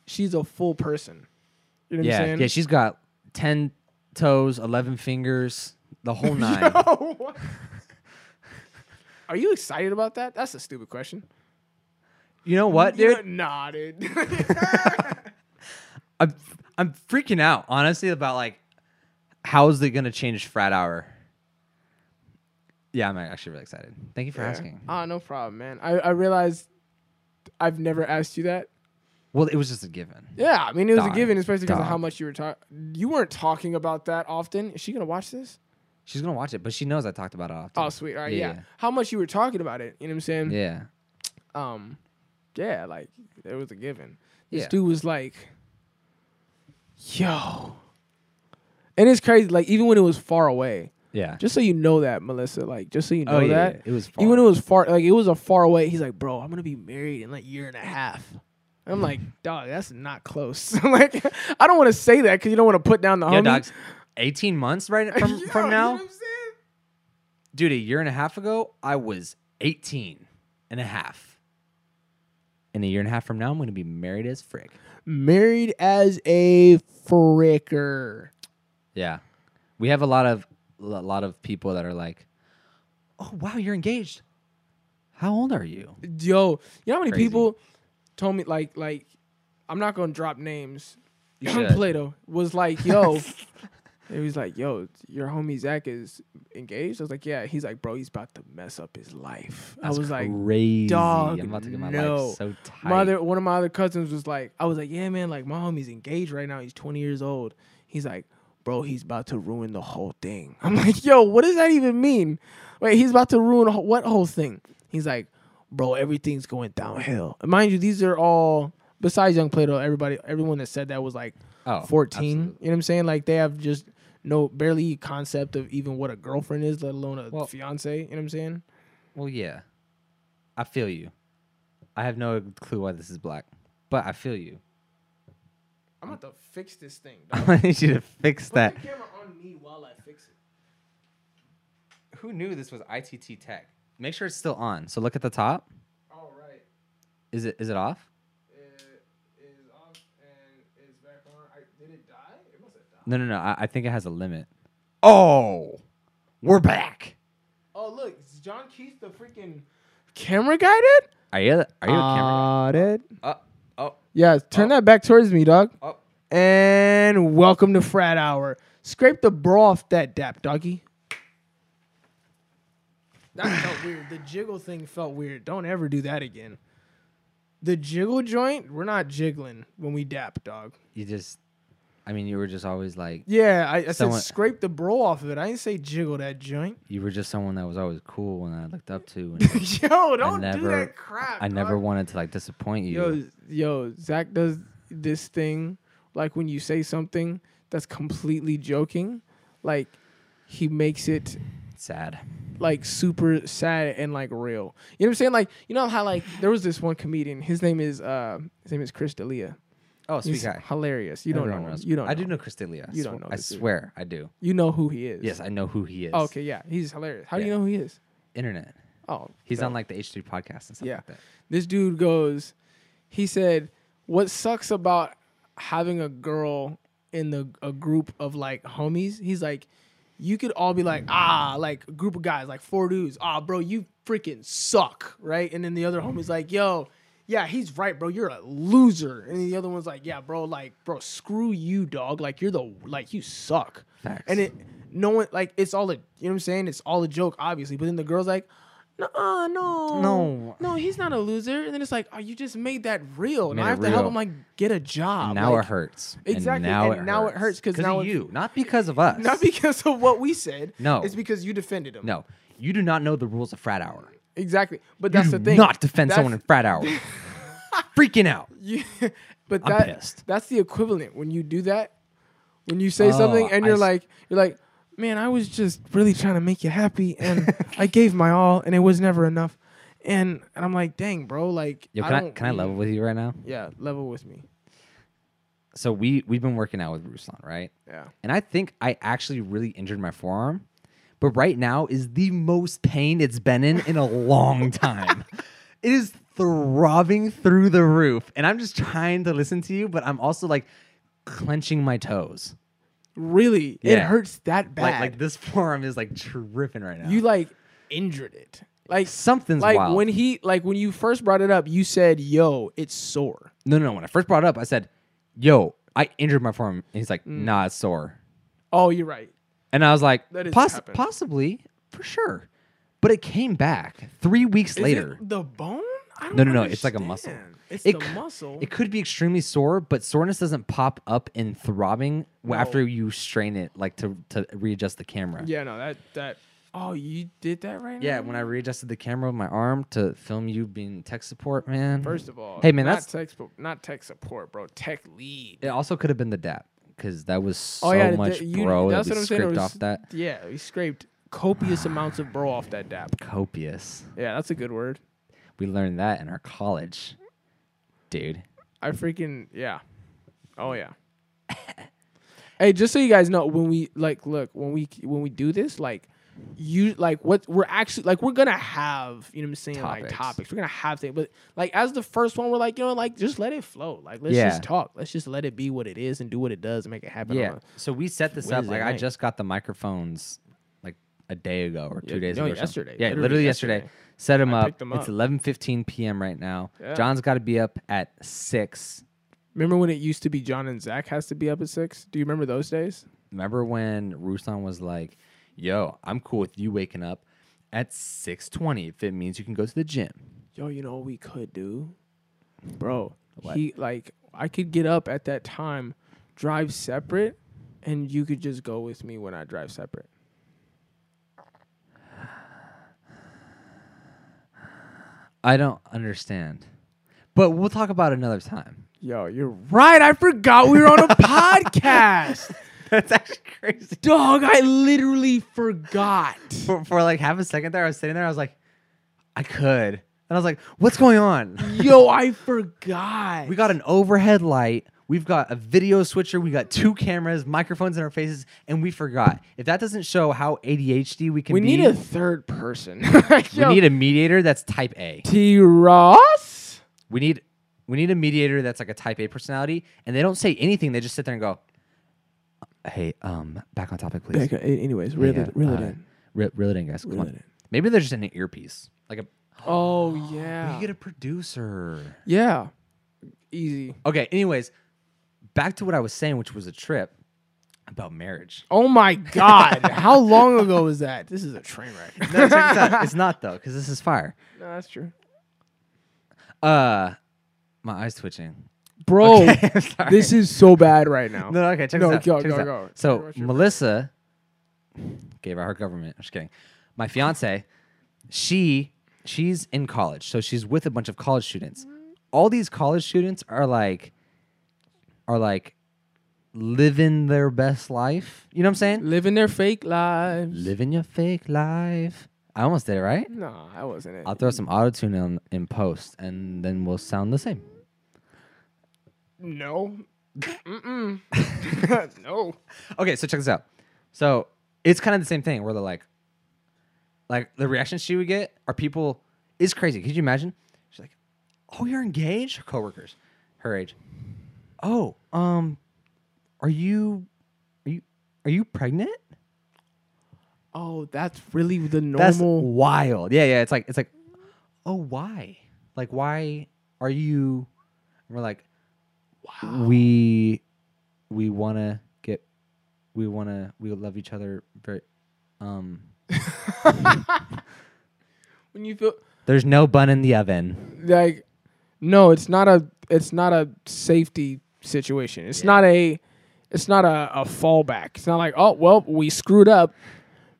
Speaker 1: she's a full person. You know what
Speaker 2: yeah,
Speaker 1: I'm saying?
Speaker 2: yeah. She's got ten toes, eleven fingers, the whole nine.
Speaker 1: Yo, Oh, what? Are you excited about that? That's a stupid question.
Speaker 2: You know what,
Speaker 1: You
Speaker 2: dude?
Speaker 1: know- Nah, dude.
Speaker 2: I'm I'm freaking out honestly about like how is it gonna change frat hour? Yeah, I'm actually really excited. Thank you for asking.
Speaker 1: Ah, no problem, man. I, I realized I've never asked you that.
Speaker 2: Well, it was just a given.
Speaker 1: Yeah, I mean it was
Speaker 2: Dog.
Speaker 1: a given, especially because of how
Speaker 2: Dog.
Speaker 1: much you were talking. You weren't talking about that often. Is she gonna watch this?
Speaker 2: She's gonna watch it, but she knows I talked about it often.
Speaker 1: Oh, sweet. All right,
Speaker 2: Yeah,
Speaker 1: yeah.
Speaker 2: yeah.
Speaker 1: How much you were talking about it? You know what I'm saying?
Speaker 2: yeah.
Speaker 1: um yeah like it was a given this
Speaker 2: Yeah.
Speaker 1: dude was like yo and it's crazy like even when it was far away
Speaker 2: Yeah.
Speaker 1: just so you know that melissa like just so you know
Speaker 2: oh yeah, yeah,
Speaker 1: that
Speaker 2: yeah. It was fun.
Speaker 1: even when it was far like it was a far away he's like bro i'm gonna be married in like year and a half And I'm like, dog, that's not close. like, I don't want to say that because you don't want to put down the
Speaker 2: yeah,
Speaker 1: homie.
Speaker 2: dogs. Eighteen months right from
Speaker 1: Yo,
Speaker 2: from
Speaker 1: you know
Speaker 2: now,
Speaker 1: what I'm saying?
Speaker 2: dude. A year and a half ago, I was 18 and a half. In a year and a half from now, I'm gonna be married as frick.
Speaker 1: Married as a fricker.
Speaker 2: Yeah, we have a lot of a lot of people that are like, "Oh wow, you're engaged. How old are you?"
Speaker 1: Yo, you know how many
Speaker 2: Crazy.
Speaker 1: people told me like like I'm not gonna drop names.
Speaker 2: You
Speaker 1: Young
Speaker 2: should.
Speaker 1: Plato was like, yo, he was like, yo, your homie Zach is engaged. I was like, yeah. He's like, bro, he's about to mess up his life. I was like,
Speaker 2: crazy.
Speaker 1: dog,
Speaker 2: I'm about to get my
Speaker 1: no.
Speaker 2: life so tight.
Speaker 1: my other one of my other cousins was like, I was like, yeah, man, like my homie's engaged right now. He's 20 years old. He's like, bro, he's about to ruin the whole thing. I'm like, yo, what does that even mean? Wait, he's about to ruin wh- what whole thing? He's like, bro, everything's going downhill. And mind you, these are all besides Young Plato. Everybody, everyone that said that was like
Speaker 2: oh,
Speaker 1: 14.
Speaker 2: absolutely.
Speaker 1: You know what I'm saying? Like they have just no barely concept of even what a girlfriend is, let alone a
Speaker 2: Well-
Speaker 1: fiance. You know what I'm saying?
Speaker 2: Well, yeah, I feel you. I have no clue why this is black, but I feel you.
Speaker 1: I'm about to fix this thing.
Speaker 2: I need you to fix that.
Speaker 1: camera on me while I fix it.
Speaker 2: Who knew this was ITT Tech? Make sure it's still on. So look at the top.
Speaker 1: All right.
Speaker 2: Is it is it off?
Speaker 1: It is off and is back on. I, did it die? It must have died.
Speaker 2: No, no, no. I, I think it has a limit. Oh, we're back.
Speaker 1: Oh, look. Is John Keith the freaking camera guy did?
Speaker 2: Are you? Are you a camera?
Speaker 1: Did.
Speaker 2: Oh, oh,
Speaker 1: Yeah, turn that back towards me, dog.
Speaker 2: oh.
Speaker 1: And welcome to Frat Hour. Scrape the bra off that dap, doggy. That felt weird. The jiggle thing felt weird. Don't ever do that again. The jiggle joint, we're not jiggling when we dap, dog.
Speaker 2: You just, I mean, you were just always like,
Speaker 1: Yeah, I, I
Speaker 2: Someone-
Speaker 1: said scrape the bro off of it. I didn't say jiggle that joint.
Speaker 2: you were just someone that was always cool and I looked up to. And
Speaker 1: Yo, don't do
Speaker 2: never-
Speaker 1: that crap.
Speaker 2: I never
Speaker 1: dog.
Speaker 2: wanted to like disappoint you.
Speaker 1: Yo, yo, Zach does this thing, like when you say something that's completely joking, like he makes it
Speaker 2: Sad.
Speaker 1: like super sad and like real. You know what I'm saying? Like you know how like there was this one comedian. His name is uh his name is Chris D'Elia.
Speaker 2: Oh,
Speaker 1: He's
Speaker 2: sweet guy.
Speaker 1: hilarious. You don't
Speaker 2: Everyone
Speaker 1: know. him.
Speaker 2: knows.
Speaker 1: You don't.
Speaker 2: I do
Speaker 1: him.
Speaker 2: know Chris D'Elia. I
Speaker 1: You don't
Speaker 2: sw-
Speaker 1: know
Speaker 2: I
Speaker 1: this dude.
Speaker 2: swear, I do.
Speaker 1: You know who he is.
Speaker 2: Yes, I know who he is.
Speaker 1: Oh, okay. Yeah. He's hilarious. How do you
Speaker 2: Yeah.
Speaker 1: know who he is?
Speaker 2: Internet.
Speaker 1: Oh,
Speaker 2: He's
Speaker 1: duh.
Speaker 2: on like the H3 podcast and stuff
Speaker 1: Yeah.
Speaker 2: like that.
Speaker 1: this dude goes he said what sucks about having a girl in the a group of like homies he's like you could all be like ah like a group of guys like four dudes ah bro you freaking suck right and then the other homie's like yo yeah he's right bro you're a loser and then the other one's like yeah bro like bro screw you dog like you're the like you suck
Speaker 2: Facts.
Speaker 1: and it no one like it's all a you know what i'm saying it's all a joke obviously but then the girl's like no no
Speaker 2: No.
Speaker 1: no, he's not a loser. And then it's like, oh, you just made that real. And
Speaker 2: Made
Speaker 1: I
Speaker 2: it
Speaker 1: have to help
Speaker 2: real.
Speaker 1: him like get a job.
Speaker 2: now
Speaker 1: like,
Speaker 2: it hurts.
Speaker 1: Exactly,
Speaker 2: And now,
Speaker 1: and
Speaker 2: it,
Speaker 1: now it
Speaker 2: hurts.
Speaker 1: hurts 'cause now
Speaker 2: of
Speaker 1: it-
Speaker 2: you, not because of us.
Speaker 1: Not because of what we said.
Speaker 2: No.
Speaker 1: it's because you defended him.
Speaker 2: no, you do not know the rules of frat hour.
Speaker 1: exactly. But that's
Speaker 2: do
Speaker 1: the thing.
Speaker 2: Not defend
Speaker 1: That's-
Speaker 2: someone in frat hour. Freaking out.
Speaker 1: you- but
Speaker 2: I'm
Speaker 1: that
Speaker 2: pissed.
Speaker 1: that's the equivalent when you do that. When you say
Speaker 2: Oh,
Speaker 1: something and
Speaker 2: I
Speaker 1: you're
Speaker 2: s-
Speaker 1: like, you're like, man, I was just really trying to make you happy, and I gave my all, and it was never enough. and and I'm like, dang, bro, like,
Speaker 2: Yo, can I,
Speaker 1: don't
Speaker 2: can I
Speaker 1: really-
Speaker 2: level with you right now?
Speaker 1: Yeah, level with me.
Speaker 2: So we we've been working out with Ruslan, right?
Speaker 1: Yeah,
Speaker 2: And I think I actually really injured my forearm, but right now is the most pain it's been in in a long time. it is throbbing through the roof, and I'm just trying to listen to you, but I'm also like clenching my toes.
Speaker 1: really, it
Speaker 2: Yeah.
Speaker 1: hurts that bad.
Speaker 2: Like like this forearm is like tripping right now.
Speaker 1: you like injured it. Like
Speaker 2: Something's
Speaker 1: like
Speaker 2: wild.
Speaker 1: when he like when you first brought it up, you said, "Yo, it's sore."
Speaker 2: no, no, no. When I first brought it up, I said, "Yo, I injured my forearm," and he's like,
Speaker 1: Mm.
Speaker 2: "Nah, it's sore."
Speaker 1: Oh, you're right.
Speaker 2: And I was like,
Speaker 1: That is
Speaker 2: Poss-
Speaker 1: happened.
Speaker 2: possibly, for sure. But it came back three weeks
Speaker 1: Is
Speaker 2: later.
Speaker 1: it the bone? I don't
Speaker 2: No, no, no, it's like a muscle.
Speaker 1: understand. It's
Speaker 2: It
Speaker 1: the
Speaker 2: c-
Speaker 1: muscle.
Speaker 2: It could be extremely sore, but soreness doesn't pop up in throbbing w after you strain it, like to, to readjust the camera.
Speaker 1: yeah, no, that that. Oh, you did that right now.
Speaker 2: Yeah, when I readjusted the camera with my arm to film you being tech support, man.
Speaker 1: First of all,
Speaker 2: Hey, man,
Speaker 1: not
Speaker 2: that's-
Speaker 1: tech, spo- not tech support, bro. Tech lead.
Speaker 2: it also could have been the dap because that was so
Speaker 1: oh yeah, the-
Speaker 2: much
Speaker 1: you,
Speaker 2: bro
Speaker 1: That's
Speaker 2: that
Speaker 1: what
Speaker 2: we
Speaker 1: I'm saying. it
Speaker 2: scraped
Speaker 1: was-
Speaker 2: off that.
Speaker 1: Yeah, we scraped copious amounts of bro off that dap.
Speaker 2: Copious.
Speaker 1: Yeah, that's a good word.
Speaker 2: We learned that in our college, dude.
Speaker 1: I freaking yeah. Oh yeah. hey, just so you guys know, when we like look when we when we do this, like you like what we're actually like we're gonna have you know what I'm saying like
Speaker 2: Topics.
Speaker 1: topics we're gonna have things, but like as the first one we're like you know like just let it flow like let's
Speaker 2: Yeah.
Speaker 1: just talk let's just let it be what it is and do what it does and make it happen.
Speaker 2: Yeah.
Speaker 1: on
Speaker 2: uh, So we set this up.
Speaker 1: Wednesday
Speaker 2: Like I
Speaker 1: night.
Speaker 2: just got the microphones like a day ago or two
Speaker 1: Yeah,
Speaker 2: days
Speaker 1: no,
Speaker 2: ago. or something.
Speaker 1: yesterday.
Speaker 2: Yeah,
Speaker 1: Literally
Speaker 2: literally, yesterday.
Speaker 1: yesterday.
Speaker 2: Set them
Speaker 1: I
Speaker 2: up.
Speaker 1: picked 'em
Speaker 2: It's
Speaker 1: up.
Speaker 2: 11:15 p.m. right now.
Speaker 1: Yeah.
Speaker 2: John's got to be up at six.
Speaker 1: a- Remember when it used to be John and Zach has to be up at six? Do you remember those days?
Speaker 2: Remember when Ruslan was like, "Yo, I'm cool with you waking up at 6:20 if it means you can go to the gym."
Speaker 1: Yo, you know what we could do, bro? He like I could get up at that time, drive separate, and you could just go with me when I drive separate.
Speaker 2: I don't understand, but we'll talk about it another time.
Speaker 1: Yo, you're right. I forgot we were on a podcast,
Speaker 2: That's actually crazy.
Speaker 1: dog. I literally forgot.
Speaker 2: For, for like half a second there, I was sitting there. I was like, "I could," and I was like, "What's going on?"
Speaker 1: Yo, I forgot.
Speaker 2: We got an overhead light. We've got a video switcher. We got two cameras, microphones in our faces, and we forgot. If that doesn't show how ADHD we can
Speaker 1: we
Speaker 2: be,
Speaker 1: need a third person.
Speaker 2: we need a mediator that's type A.
Speaker 1: T Ross.
Speaker 2: We need we need a mediator that's like a type A personality, and they don't say anything. They just sit there and go, "Hey, um, back on topic, please.
Speaker 1: Anyways,
Speaker 2: Yeah,
Speaker 1: reel it, reel it
Speaker 2: uh,
Speaker 1: in.
Speaker 2: re- reel it in, guys. Come
Speaker 1: Reel
Speaker 2: on.
Speaker 1: it in.
Speaker 2: Maybe they're just in an earpiece. Like a
Speaker 1: Oh
Speaker 2: we
Speaker 1: yeah,
Speaker 2: get a producer.
Speaker 1: yeah. Easy.
Speaker 2: Okay. Anyways, back to what I was saying, which was a trip about marriage.
Speaker 1: Oh my god! How long ago was that? This is a train wreck.
Speaker 2: No, check this out. It's not though, because this is fire.
Speaker 1: No, that's true.
Speaker 2: Uh, my eyes twitching.
Speaker 1: Bro,
Speaker 2: Okay, I'm sorry.
Speaker 1: this is so bad right now.
Speaker 2: no, no, okay, check
Speaker 1: No,
Speaker 2: this out.
Speaker 1: go,
Speaker 2: check this
Speaker 1: go,
Speaker 2: out.
Speaker 1: go.
Speaker 2: So
Speaker 1: What's your-
Speaker 2: Melissa gave out her government. I'm just kidding. My fiance, she she's in college, so she's with a bunch of college students. All these college students are like, are like, living their best life. You know what I'm saying?
Speaker 1: Living their fake lives.
Speaker 2: Living your fake life. I almost did it right.
Speaker 1: Nah, I wasn't it.
Speaker 2: I'll throw some auto tune in, in post, and then we'll sound the same.
Speaker 1: no. Mm-mm. no.
Speaker 2: Okay, so check this out. So it's kind of the same thing where they're like, like the reactions she would get are people is crazy. Could you imagine? She's like, "Oh, you're engaged." Her coworkers, her age. Oh, um, are you, are you, are you pregnant?
Speaker 1: Oh, that's really the
Speaker 2: That's
Speaker 1: normal.
Speaker 2: wild. Yeah, yeah. It's like it's like, oh, why? Like, why are you? And we're like, we we want to get, we want to, we love each other very. Um,
Speaker 1: when you feel
Speaker 2: there's no bun in the oven.
Speaker 1: like, no, it's not a, it's not a safety situation. It's not a, it's not a, a fallback. It's not like, oh well, we screwed up,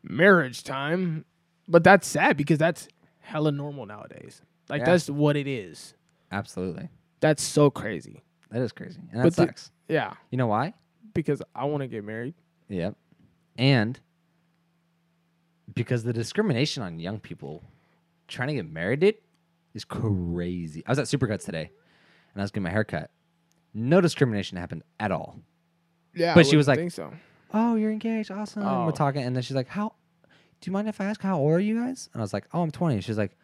Speaker 1: marriage time. But that's sad because that's hella normal nowadays. Like
Speaker 2: Yeah.
Speaker 1: that's what it is.
Speaker 2: Absolutely,
Speaker 1: That's so crazy.
Speaker 2: that is crazy, and that
Speaker 1: But the-
Speaker 2: sucks.
Speaker 1: Yeah,
Speaker 2: you know why?
Speaker 1: because I want to get married.
Speaker 2: Yep, and because the discrimination on young people trying to get married, dude, is crazy. I was at Supercuts today, and I was getting my hair cut. No discrimination happened at all.
Speaker 1: Yeah, I
Speaker 2: But she
Speaker 1: wouldn't
Speaker 2: was like-
Speaker 1: think so.
Speaker 2: Oh, you're engaged. Awesome.
Speaker 1: Oh.
Speaker 2: We're talking, and then she's like, "How? Do you mind if I ask how old are you guys?" And I was like, "Oh, I'm 20." She's like,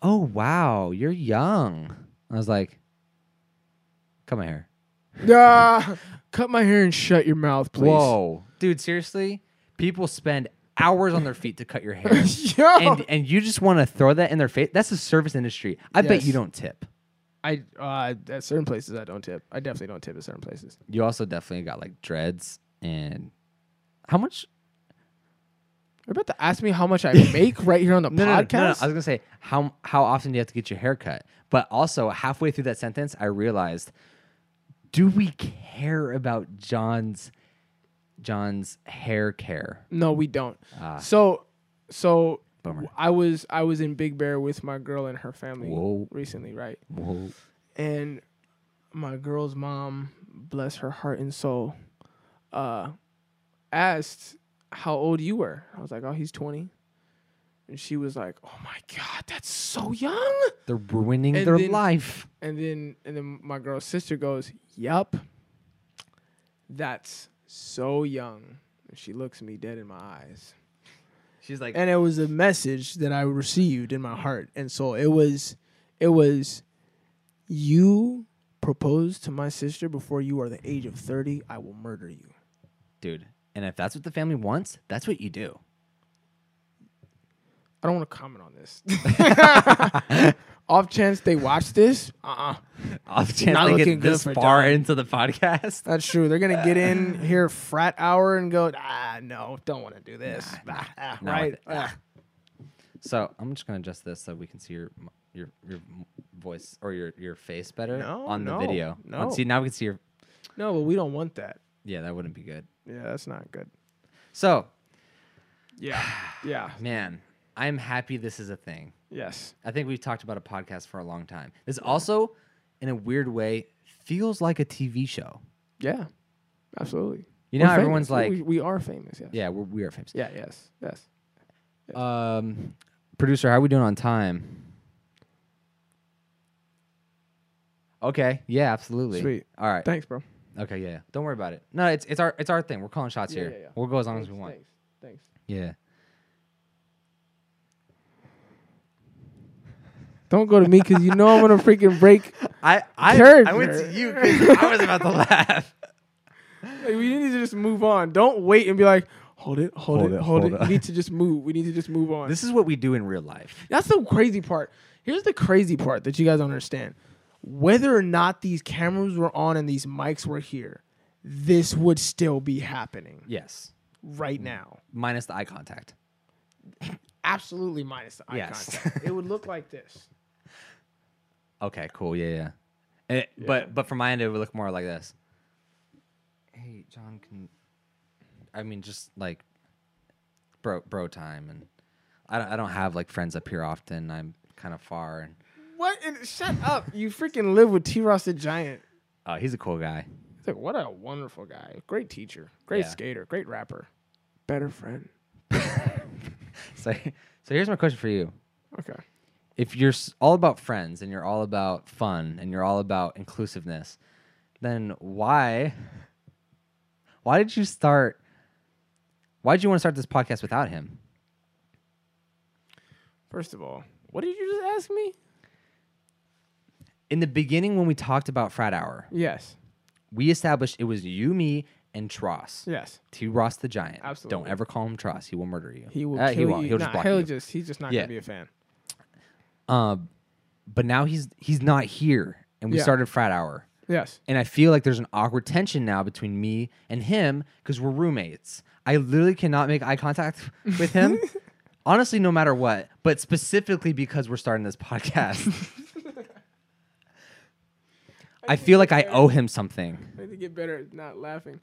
Speaker 2: "Oh, wow, you're young." And I was like, "Come here."
Speaker 1: Yeah, cut my hair and shut your mouth, please.
Speaker 2: Whoa, dude, seriously? People spend hours on their feet to cut your hair.
Speaker 1: Yo,
Speaker 2: and and you just want to throw that in their face? That's the service industry. I bet you
Speaker 1: Yes.
Speaker 2: don't tip.
Speaker 1: I uh, at certain places I don't tip. I definitely don't tip at certain places.
Speaker 2: You also definitely got like dreads and how much?
Speaker 1: You're about to ask me how much I make right here on the
Speaker 2: No, no, no,
Speaker 1: podcast.
Speaker 2: no, no. I was gonna say how how often do you have to get your hair cut? But also halfway through that sentence, I realized, do we care about John's John's hair care?
Speaker 1: No, we don't.
Speaker 2: Ah.
Speaker 1: So, so
Speaker 2: Bummer.
Speaker 1: I was I was in Big Bear with my girl and her family
Speaker 2: Whoa.
Speaker 1: recently, right?
Speaker 2: Whoa.
Speaker 1: And my girl's mom, bless her heart and soul, uh, asked how old you were. I was like, oh, he's twenty. And she was like, oh my god, that's so young.
Speaker 2: They're ruining
Speaker 1: And
Speaker 2: their
Speaker 1: then-
Speaker 2: life.
Speaker 1: And then and then my girl's sister goes, Yup. That's so young. And she looks me dead in my eyes.
Speaker 2: She's like,
Speaker 1: And it was a message that I received in my heart and soul. It was it was you proposed to my sister before you are the age of 30, I will murder you.
Speaker 2: dude. And if that's what the family wants, that's what you do.
Speaker 1: I don't want to comment on this. Off chance they watch this? Uh-uh.
Speaker 2: off chance
Speaker 1: Not
Speaker 2: they
Speaker 1: looking
Speaker 2: get
Speaker 1: good
Speaker 2: this
Speaker 1: for
Speaker 2: far into the podcast.
Speaker 1: That's true. They're gonna get in here frat hour and go, ah, no, don't want to do this. Ah, ah,
Speaker 2: nah,
Speaker 1: right?
Speaker 2: nah.
Speaker 1: Ah.
Speaker 2: So I'm just gonna adjust this so we can see your m- your your m- voice or your your face better
Speaker 1: No,
Speaker 2: on the
Speaker 1: no,
Speaker 2: video. On-
Speaker 1: no.
Speaker 2: See now we can see your.
Speaker 1: No, but we don't want that.
Speaker 2: Yeah, that wouldn't be good.
Speaker 1: Yeah, that's not good.
Speaker 2: So
Speaker 1: Yeah, yeah,
Speaker 2: man, I'm happy this is a thing.
Speaker 1: yes.
Speaker 2: I think we've talked about a podcast for a long time. This also, in a weird way, feels like a TV show.
Speaker 1: Yeah, absolutely.
Speaker 2: You
Speaker 1: We're
Speaker 2: know, how everyone's
Speaker 1: famous.
Speaker 2: like,
Speaker 1: We- we, we are famous. Yes. Yeah.
Speaker 2: yeah, we're, we are famous.
Speaker 1: yeah, yes, yes.
Speaker 2: Um, producer, how are we doing on time? Okay. Yeah, absolutely.
Speaker 1: Sweet.
Speaker 2: All right.
Speaker 1: Thanks, bro.
Speaker 2: Okay. Yeah. yeah. Don't worry about it. No, it's it's our it's our thing. We're calling shots
Speaker 1: Yeah,
Speaker 2: here.
Speaker 1: yeah, yeah.
Speaker 2: We'll go as long
Speaker 1: Thanks,
Speaker 2: as we want.
Speaker 1: thanks, thanks.
Speaker 2: Yeah.
Speaker 1: Don't go to me because you know I'm gonna freaking break.
Speaker 2: I I,
Speaker 1: Character. went to you 'cause
Speaker 2: I was about to laugh.
Speaker 1: Like, we need to just move on. Don't wait and be like, hold it, hold, it, hold it.
Speaker 2: on.
Speaker 1: We need to just move. We need to just move on.
Speaker 2: This is what we do in real life.
Speaker 1: That's the crazy part. Here's the crazy part that you guys don't understand. Whether or not these cameras were on and these mics were here, this would still be happening
Speaker 2: Yes. Mm.
Speaker 1: right now.
Speaker 2: Minus the eye contact.
Speaker 1: Absolutely minus the eye
Speaker 2: Yes.
Speaker 1: contact. It would look like this.
Speaker 2: Okay. Cool. Yeah. Yeah. Eh, But but from my end, it would look more like this. Hey, John. Can I mean just like bro bro time and I don't I don't have like friends up here often. I'm kind of far and
Speaker 1: What? And shut up. You freaking live with T Ross the Giant.
Speaker 2: oh he's a cool guy.
Speaker 1: It's like, what a wonderful guy. Great teacher. Great
Speaker 2: Yeah.
Speaker 1: skater. Great rapper. Better friend.
Speaker 2: So so here's my question for you.
Speaker 1: Okay.
Speaker 2: if you're s- all about friends and you're all about fun and you're all about inclusiveness, then why why did you start why did you want to start this podcast without him?
Speaker 1: First of all, what did you just ask me?
Speaker 2: In the beginning when we talked about frat hour,
Speaker 1: Yes.
Speaker 2: we established it was you, me, and Tross.
Speaker 1: Yes.
Speaker 2: T Ross the Giant. Don't
Speaker 1: Absolutely.
Speaker 2: ever call him Tross. He will murder you.
Speaker 1: He will
Speaker 2: Uh,
Speaker 1: kill
Speaker 2: he won't.
Speaker 1: you.
Speaker 2: He'll
Speaker 1: Nah,
Speaker 2: just block
Speaker 1: he'll
Speaker 2: you.
Speaker 1: just he's just not
Speaker 2: Yeah.
Speaker 1: gonna be a fan.
Speaker 2: Um, but now he's he's not here and we
Speaker 1: Yeah.
Speaker 2: started frat hour.
Speaker 1: Yes.
Speaker 2: and I feel like there's an awkward tension now between me and him because we're roommates. I literally cannot make eye contact with him, honestly, no matter what. But specifically because we're starting this podcast, I feel like I owe him something.
Speaker 1: I need to get better at not laughing.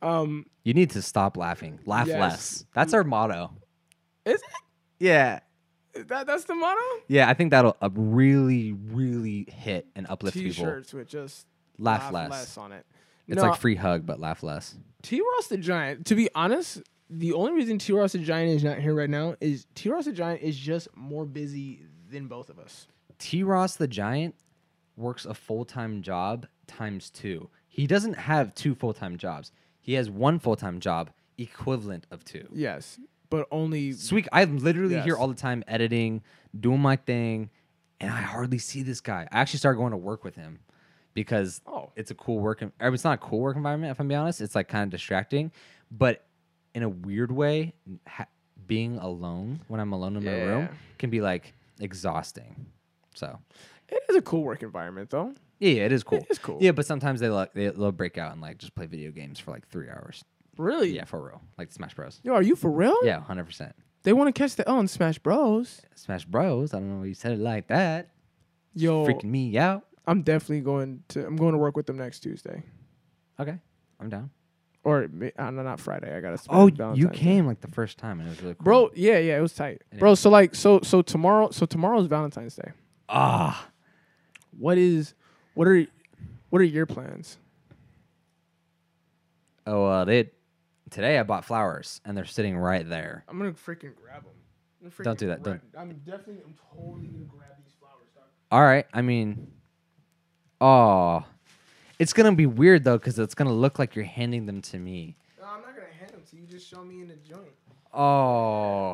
Speaker 1: Um,
Speaker 2: You need to stop laughing. Laugh
Speaker 1: Yes.
Speaker 2: less. That's our motto.
Speaker 1: is
Speaker 2: Yeah,
Speaker 1: it? That, that's the motto?
Speaker 2: yeah. I think that'll uh, really, really hit and uplift people.
Speaker 1: T-shirts with just
Speaker 2: Laugh less.
Speaker 1: on it.
Speaker 2: It's
Speaker 1: no,
Speaker 2: like free hug, but laugh less.
Speaker 1: T. Ross the Giant. To be honest, the only reason T. Ross the Giant is not here right now is T. Ross the Giant is just more busy than both of us.
Speaker 2: T Ross the Giant works a full time job times two. He doesn't have two full time jobs. He has one full time job equivalent of two.
Speaker 1: Yes, but only
Speaker 2: Sweet, I'm literally here
Speaker 1: Yes.
Speaker 2: all the time editing, doing my thing, and I hardly see this guy. I actually started going to work with him because
Speaker 1: Oh.
Speaker 2: it's a cool work. en- or It's not a cool work environment, if I'm being honest. It's like kind of distracting, but in a weird way, ha- being alone when I'm alone in my room
Speaker 1: Yeah.
Speaker 2: can be like exhausting. So
Speaker 1: it is a cool work environment though.
Speaker 2: yeah, it is cool.
Speaker 1: is cool.
Speaker 2: Yeah, but sometimes they like they, they'll break out and like just play video games for like three hours.
Speaker 1: Really?
Speaker 2: Yeah, for real, like Smash Bros.
Speaker 1: Yo, are you for real?
Speaker 2: Yeah, hundred percent.
Speaker 1: They want to catch the L in Smash Bros.
Speaker 2: Smash Bros. I don't know why you said it like that.
Speaker 1: Yo,
Speaker 2: Freaking me out.
Speaker 1: I'm definitely going to. I'm going to work with them next Tuesday,
Speaker 2: Okay, I'm down.
Speaker 1: or ma- uh, no, not Friday. I gotta. spend
Speaker 2: Oh, you
Speaker 1: Valentine's Day.
Speaker 2: came like the first time and it was really cool.
Speaker 1: bro. Yeah, yeah, it was tight,
Speaker 2: Anyway.
Speaker 1: bro. So like, so so tomorrow, so tomorrow's Valentine's Day.
Speaker 2: Ah,
Speaker 1: What is, what are, what are your plans?
Speaker 2: oh, uh, they today I bought flowers and they're sitting right there.
Speaker 1: I'm gonna freaking grab them.
Speaker 2: Don't do that, grab-
Speaker 1: I'm definitely. I'm totally gonna grab these flowers. Dog.
Speaker 2: All right, I mean, oh, it's gonna be weird though because it's gonna look like you're handing them to me.
Speaker 1: No, I'm not gonna hand them to you. Just show me in the joint.
Speaker 2: Oh,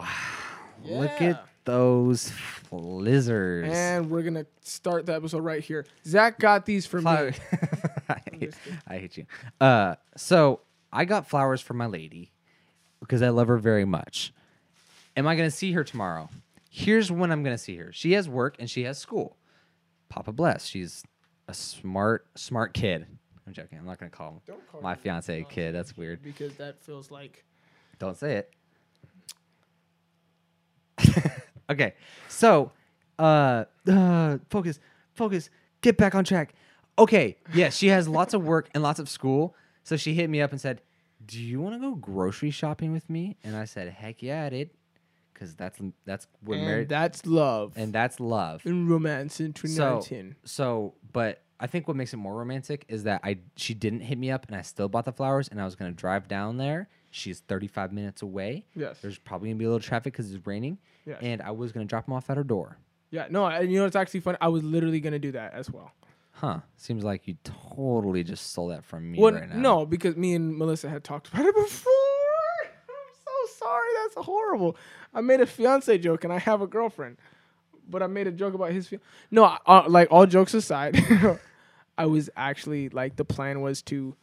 Speaker 2: look
Speaker 1: Yeah.
Speaker 2: at those flizzers.
Speaker 1: And we're gonna start the episode right here. Zach got these for me.
Speaker 2: Flower- I, hate, I hate you. Uh, so I got flowers for my lady because I love her very much. Am I going to see her tomorrow? Here's when I'm going to see her. She has work and she has school. Papa bless. She's a smart, smart kid. I'm joking. I'm not going to call,
Speaker 1: Don't call
Speaker 2: my
Speaker 1: her
Speaker 2: fiance a kid. That's weird.
Speaker 1: because that feels like
Speaker 2: Don't say it. okay. So, uh, uh, focus, focus, get back on track. Okay. Yeah, she has lots of work and lots of school. So she hit me up and said, "Do you want to go grocery shopping with me?" And I said, "Heck yeah, I did," because that's that's what
Speaker 1: and
Speaker 2: married,
Speaker 1: that's love
Speaker 2: and that's love.
Speaker 1: and romance in 2019.
Speaker 2: So, but I think what makes it more romantic is that I she didn't hit me up, and I still bought the flowers, and I was gonna drive down there. She's 35 minutes away.
Speaker 1: Yes.
Speaker 2: There's probably gonna be a little traffic because it's raining.
Speaker 1: Yes.
Speaker 2: And I was gonna drop them off at her door.
Speaker 1: yeah, no, and you know what's actually funny? I was literally gonna do that as well.
Speaker 2: Huh? Seems like you totally just stole that from me
Speaker 1: Well,
Speaker 2: right now.
Speaker 1: no, because me and Melissa had talked about it before. I'm so sorry. That's horrible. I made a fiance joke, and I have a girlfriend, but I made a joke about his. Fi- no, I- uh, like all jokes aside, I was actually like the plan was to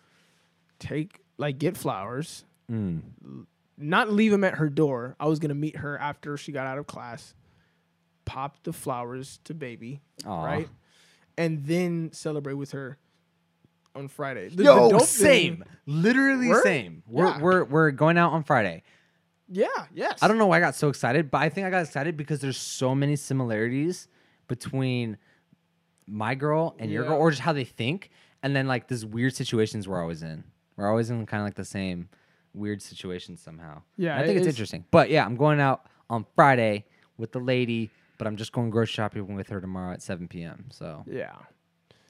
Speaker 1: take like get flowers,
Speaker 2: Mm.
Speaker 1: not leave them at her door. I was gonna meet her after she got out of class, pop the flowers to baby,
Speaker 2: Aw.
Speaker 1: right, and then celebrate with her on Friday. The- the
Speaker 2: Yo,
Speaker 1: dope thing-
Speaker 2: same. Literally
Speaker 1: Word?
Speaker 2: same. We're,
Speaker 1: Yeah.
Speaker 2: we're we're going out on Friday.
Speaker 1: Yeah. Yes.
Speaker 2: I don't know why I got so excited, but I think I got excited because there's so many similarities between my girl and your
Speaker 1: Yeah.
Speaker 2: girl, or just how they think, and then like this weird situations we're always in. We're always in kind of like the same weird situation somehow.
Speaker 1: Yeah,
Speaker 2: And I think
Speaker 1: it
Speaker 2: it's
Speaker 1: is-
Speaker 2: interesting. But yeah, I'm going out on Friday with the lady, but I'm just going grocery shopping with her tomorrow at 7 p.m. So
Speaker 1: Yeah.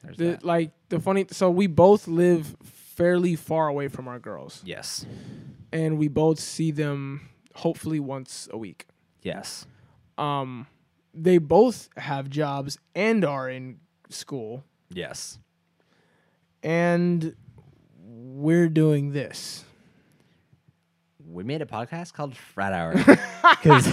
Speaker 2: there's
Speaker 1: The,
Speaker 2: that.
Speaker 1: like the funny. So we both live fairly far away from our girls,
Speaker 2: Yes,
Speaker 1: and we both see them hopefully once a week.
Speaker 2: yes,
Speaker 1: Um, they both have jobs and are in school,
Speaker 2: yes.
Speaker 1: and we're doing this.
Speaker 2: we made a podcast called Frat Hour because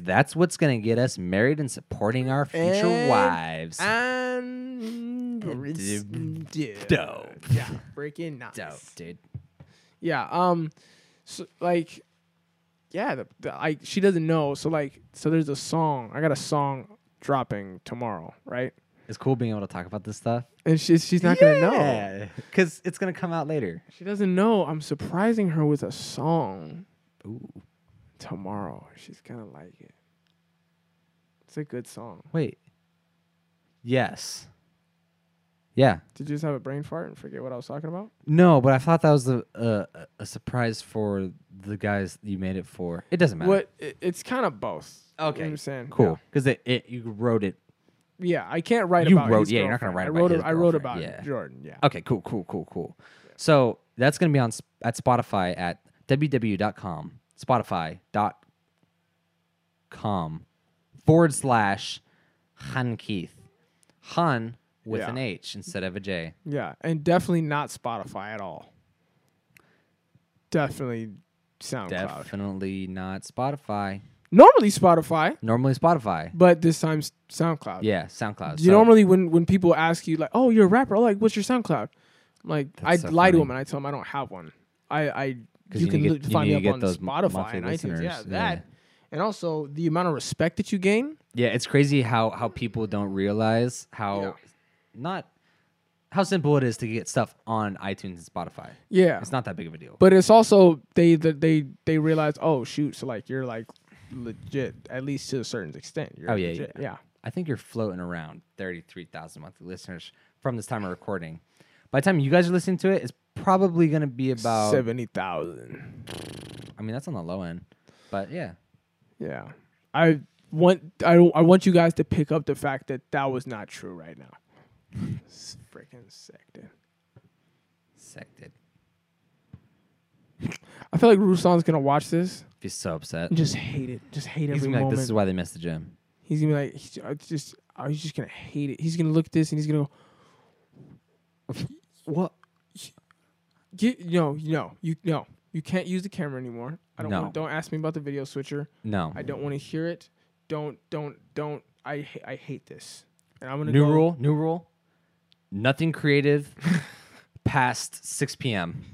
Speaker 2: that's what's going to get us married and supporting our future
Speaker 1: And
Speaker 2: wives.
Speaker 1: And it's
Speaker 2: Dope.
Speaker 1: dope.
Speaker 2: Dope.
Speaker 1: Yeah, freaking nice.
Speaker 2: Dope, dude.
Speaker 1: Yeah. Um. So like, yeah. The, the, I she doesn't know. So like, so there's a song. I got a song dropping tomorrow, right?
Speaker 2: It's cool being able to talk about this stuff.
Speaker 1: And she's she's not gonna know.
Speaker 2: Because it's going to come out later.
Speaker 1: She doesn't know. I'm surprising her with a song
Speaker 2: Ooh.
Speaker 1: tomorrow. She's gonna like it. It's a good song.
Speaker 2: Wait. Yes. Yeah.
Speaker 1: Did you just have a brain fart and forget what I was talking about?
Speaker 2: No, but I thought that was the, uh, a- a surprise for the guys you made it for. It doesn't matter.
Speaker 1: What? It, it's kind of both. You know
Speaker 2: Uh, Okay.
Speaker 1: what I'm saying
Speaker 2: Cool. Because it, it, you wrote it.
Speaker 1: Yeah, Yeah, I can't write
Speaker 2: You
Speaker 1: about.
Speaker 2: wrote-
Speaker 1: his
Speaker 2: yeah, you're not gonna
Speaker 1: girlfriend.
Speaker 2: write about his
Speaker 1: I wrote. I wrote about
Speaker 2: girlfriend, yeah.
Speaker 1: Jordan. Yeah.
Speaker 2: Okay, cool, cool, cool, cool. So that's going to be on Sp- at Spotify at www.com, spotify.com forward slash Han Keith. Han with
Speaker 1: Yeah.
Speaker 2: an H instead of a J.
Speaker 1: Yeah, and definitely not Spotify at all. Definitely SoundCloud.
Speaker 2: Definitely not Spotify.
Speaker 1: normally Spotify,
Speaker 2: Normally Spotify.
Speaker 1: but this time s- SoundCloud.
Speaker 2: Yeah, SoundCloud.
Speaker 1: You
Speaker 2: So-
Speaker 1: normally when when people ask you like, "Oh, you're a rapper," I'm like, "What's your SoundCloud?" I'm like, I
Speaker 2: That's so
Speaker 1: lie to
Speaker 2: funny.
Speaker 1: them and I tell them I don't have one. I I you,
Speaker 2: 'Cause
Speaker 1: can
Speaker 2: need to
Speaker 1: li-
Speaker 2: get-
Speaker 1: find
Speaker 2: need
Speaker 1: me
Speaker 2: to
Speaker 1: up
Speaker 2: get
Speaker 1: on
Speaker 2: those m-
Speaker 1: Spotify
Speaker 2: monthly
Speaker 1: and iTunes. Yeah,
Speaker 2: listeners.
Speaker 1: that. And also the amount of respect that you gain.
Speaker 2: Yeah, it's crazy how how people don't realize how
Speaker 1: Yeah.
Speaker 2: not how simple it is to get stuff on iTunes and Spotify.
Speaker 1: Yeah.
Speaker 2: It's not that big of a deal.
Speaker 1: But it's also they that they they realize, "Oh, shoot, so like you're like legit at least to a certain extent." You're
Speaker 2: Oh, yeah,
Speaker 1: legit.
Speaker 2: yeah.
Speaker 1: Yeah.
Speaker 2: I think you're floating around 33,000 monthly listeners from this time of recording. By the time you guys are listening to it, it's probably going to be about
Speaker 1: seventy thousand.
Speaker 2: I mean, that's on the low end. But yeah.
Speaker 1: Yeah, I want I I want you guys to pick up the fact that that was not true right now. It's freaking sick, dude.
Speaker 2: Sected.
Speaker 1: I feel like Ruslan's gonna watch this
Speaker 2: Be so upset.
Speaker 1: and just hate it. Just hate
Speaker 2: He's
Speaker 1: every
Speaker 2: gonna be like,
Speaker 1: moment.
Speaker 2: this is why they missed the gym.
Speaker 1: he's gonna be like, he's, I just I was just gonna hate it. He's gonna look at this and he's gonna go,
Speaker 2: What?
Speaker 1: get no, no, you no, you can't use the camera anymore. I don't
Speaker 2: No.
Speaker 1: want, don't ask me about the video switcher.
Speaker 2: No.
Speaker 1: I don't want to hear it. Don't don't don't. I ha- I hate this. And I'm gonna
Speaker 2: New
Speaker 1: go,
Speaker 2: rule. New rule. Nothing creative past 6 p.m.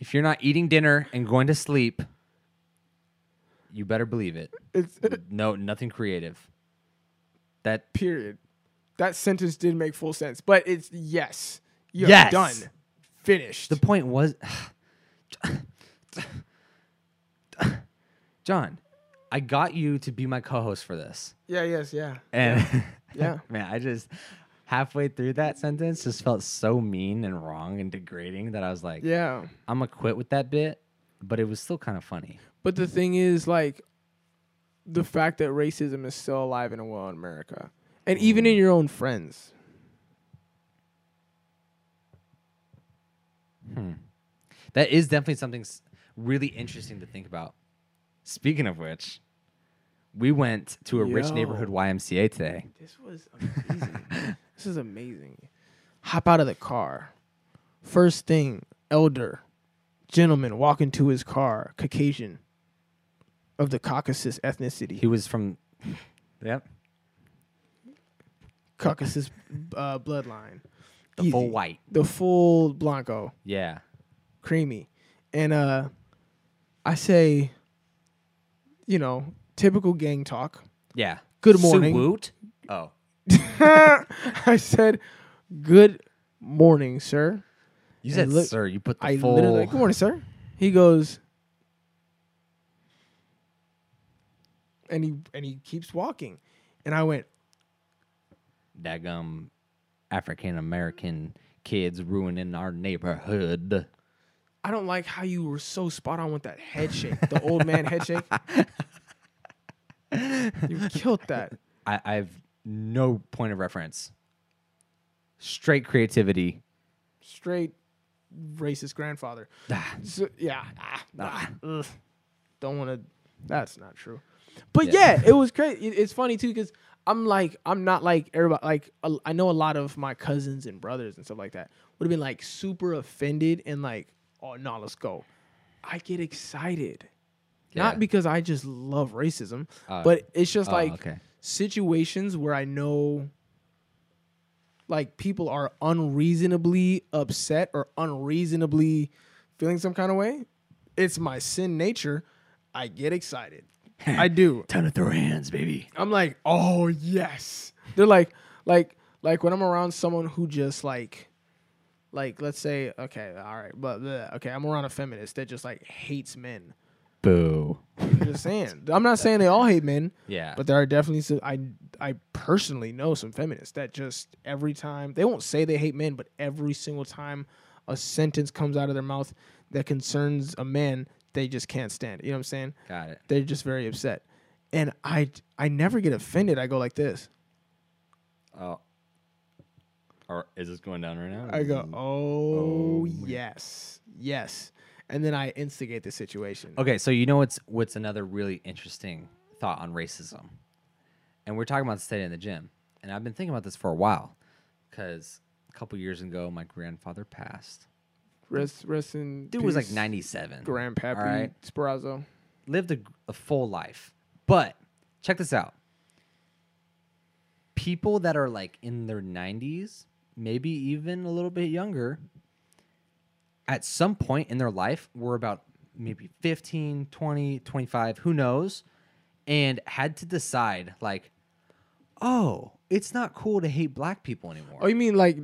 Speaker 2: If you're not eating dinner and going to sleep, you better believe it.
Speaker 1: It's
Speaker 2: No, nothing creative. That
Speaker 1: period. That sentence did make full sense, but it's yes. You're
Speaker 2: Yes.
Speaker 1: done. Finished.
Speaker 2: the point was, John, I got you to be my co-host for this,
Speaker 1: yeah, yes, yeah.
Speaker 2: and
Speaker 1: Yeah.
Speaker 2: man, I just halfway through that sentence just felt so mean and wrong and degrading that I was like,
Speaker 1: Yeah.
Speaker 2: I'm gonna quit with that bit, but it was still kind of funny.
Speaker 1: But the thing is like the fact that racism is still alive and well in America. And even
Speaker 2: Mm.
Speaker 1: in your own friends.
Speaker 2: That is definitely something s- really interesting to think about. Speaking of which, we went to a rich
Speaker 1: Yo.
Speaker 2: neighborhood YMCA today.
Speaker 1: This was amazing. this is amazing. Hop out of the car. First thing, elder, gentleman walking to his car, Caucasian of the Caucasus ethnicity.
Speaker 2: He was from, yep,
Speaker 1: Caucasus uh, bloodline.
Speaker 2: the
Speaker 1: Easy.
Speaker 2: full white.
Speaker 1: The full Blanco,
Speaker 2: Yeah.
Speaker 1: creamy. And uh, I say, you know, typical gang talk.
Speaker 2: Yeah.
Speaker 1: Good morning.
Speaker 2: Suwoot? Oh.
Speaker 1: I said, good morning, sir.
Speaker 2: You
Speaker 1: Hey,
Speaker 2: said
Speaker 1: look,
Speaker 2: sir. You put the
Speaker 1: I
Speaker 2: full.
Speaker 1: literally, good morning, sir. He goes, and he and he keeps walking, and I went,
Speaker 2: daggum African American kids ruining our neighborhood.
Speaker 1: I don't like how you were so spot on with that head shake, the old man head shake. You killed that.
Speaker 2: I, I have no point of reference. Straight creativity.
Speaker 1: straight racist grandfather.
Speaker 2: Ah,
Speaker 1: So, yeah, ah,
Speaker 2: ah.
Speaker 1: ugh. don't want to. That's not true. But yeah,
Speaker 2: Yeah.
Speaker 1: it was great. It- it's funny too because I'm like I'm not like everybody. Like a- I know a lot of my cousins and brothers and stuff like that would have been like super offended and like, oh no, let's go. I get excited,
Speaker 2: Yeah.
Speaker 1: not because I just love racism,
Speaker 2: Oh.
Speaker 1: but it's just
Speaker 2: Oh,
Speaker 1: like
Speaker 2: okay.
Speaker 1: situations where I know like people are unreasonably upset or unreasonably feeling some kind of way. It's my sin nature. I get excited. I do.
Speaker 2: Time to throw hands, baby.
Speaker 1: I'm like, oh yes. They're like, like, like when I'm around someone who just like, like, let's say, okay, all right, but bleh, okay, I'm around a feminist that just like hates men.
Speaker 2: Boo.
Speaker 1: I'm just saying. I'm not saying they all hate men.
Speaker 2: Yeah.
Speaker 1: But there are definitely some, I I personally know some feminists that just every time they won't say they hate men, but every single time a sentence comes out of their mouth that concerns a man, they just can't stand it. You know what I'm saying?
Speaker 2: Got it.
Speaker 1: They're just very upset. And I I never get offended. I go like this.
Speaker 2: Oh. Or is this going down right now?
Speaker 1: I go, "Oh,
Speaker 2: Mm-hmm. Oh.
Speaker 1: yes. Yes." And then I instigate the situation.
Speaker 2: Okay, so you know what's what's another really interesting thought on racism and we're talking about staying in the gym. And I've been thinking about this for a while because a couple years ago, my grandfather passed.
Speaker 1: Rest, rest in.
Speaker 2: Dude was like
Speaker 1: peace,
Speaker 2: 97.
Speaker 1: Grandpappy
Speaker 2: All right.
Speaker 1: Sparazzo.
Speaker 2: Lived a, a full life. But check this out people that are like in their 90s, maybe even a little bit younger, at some point in their life were about maybe 15, 20, 25, who knows, and had to decide like, oh, it's not cool to hate black people anymore.
Speaker 1: Oh, you mean like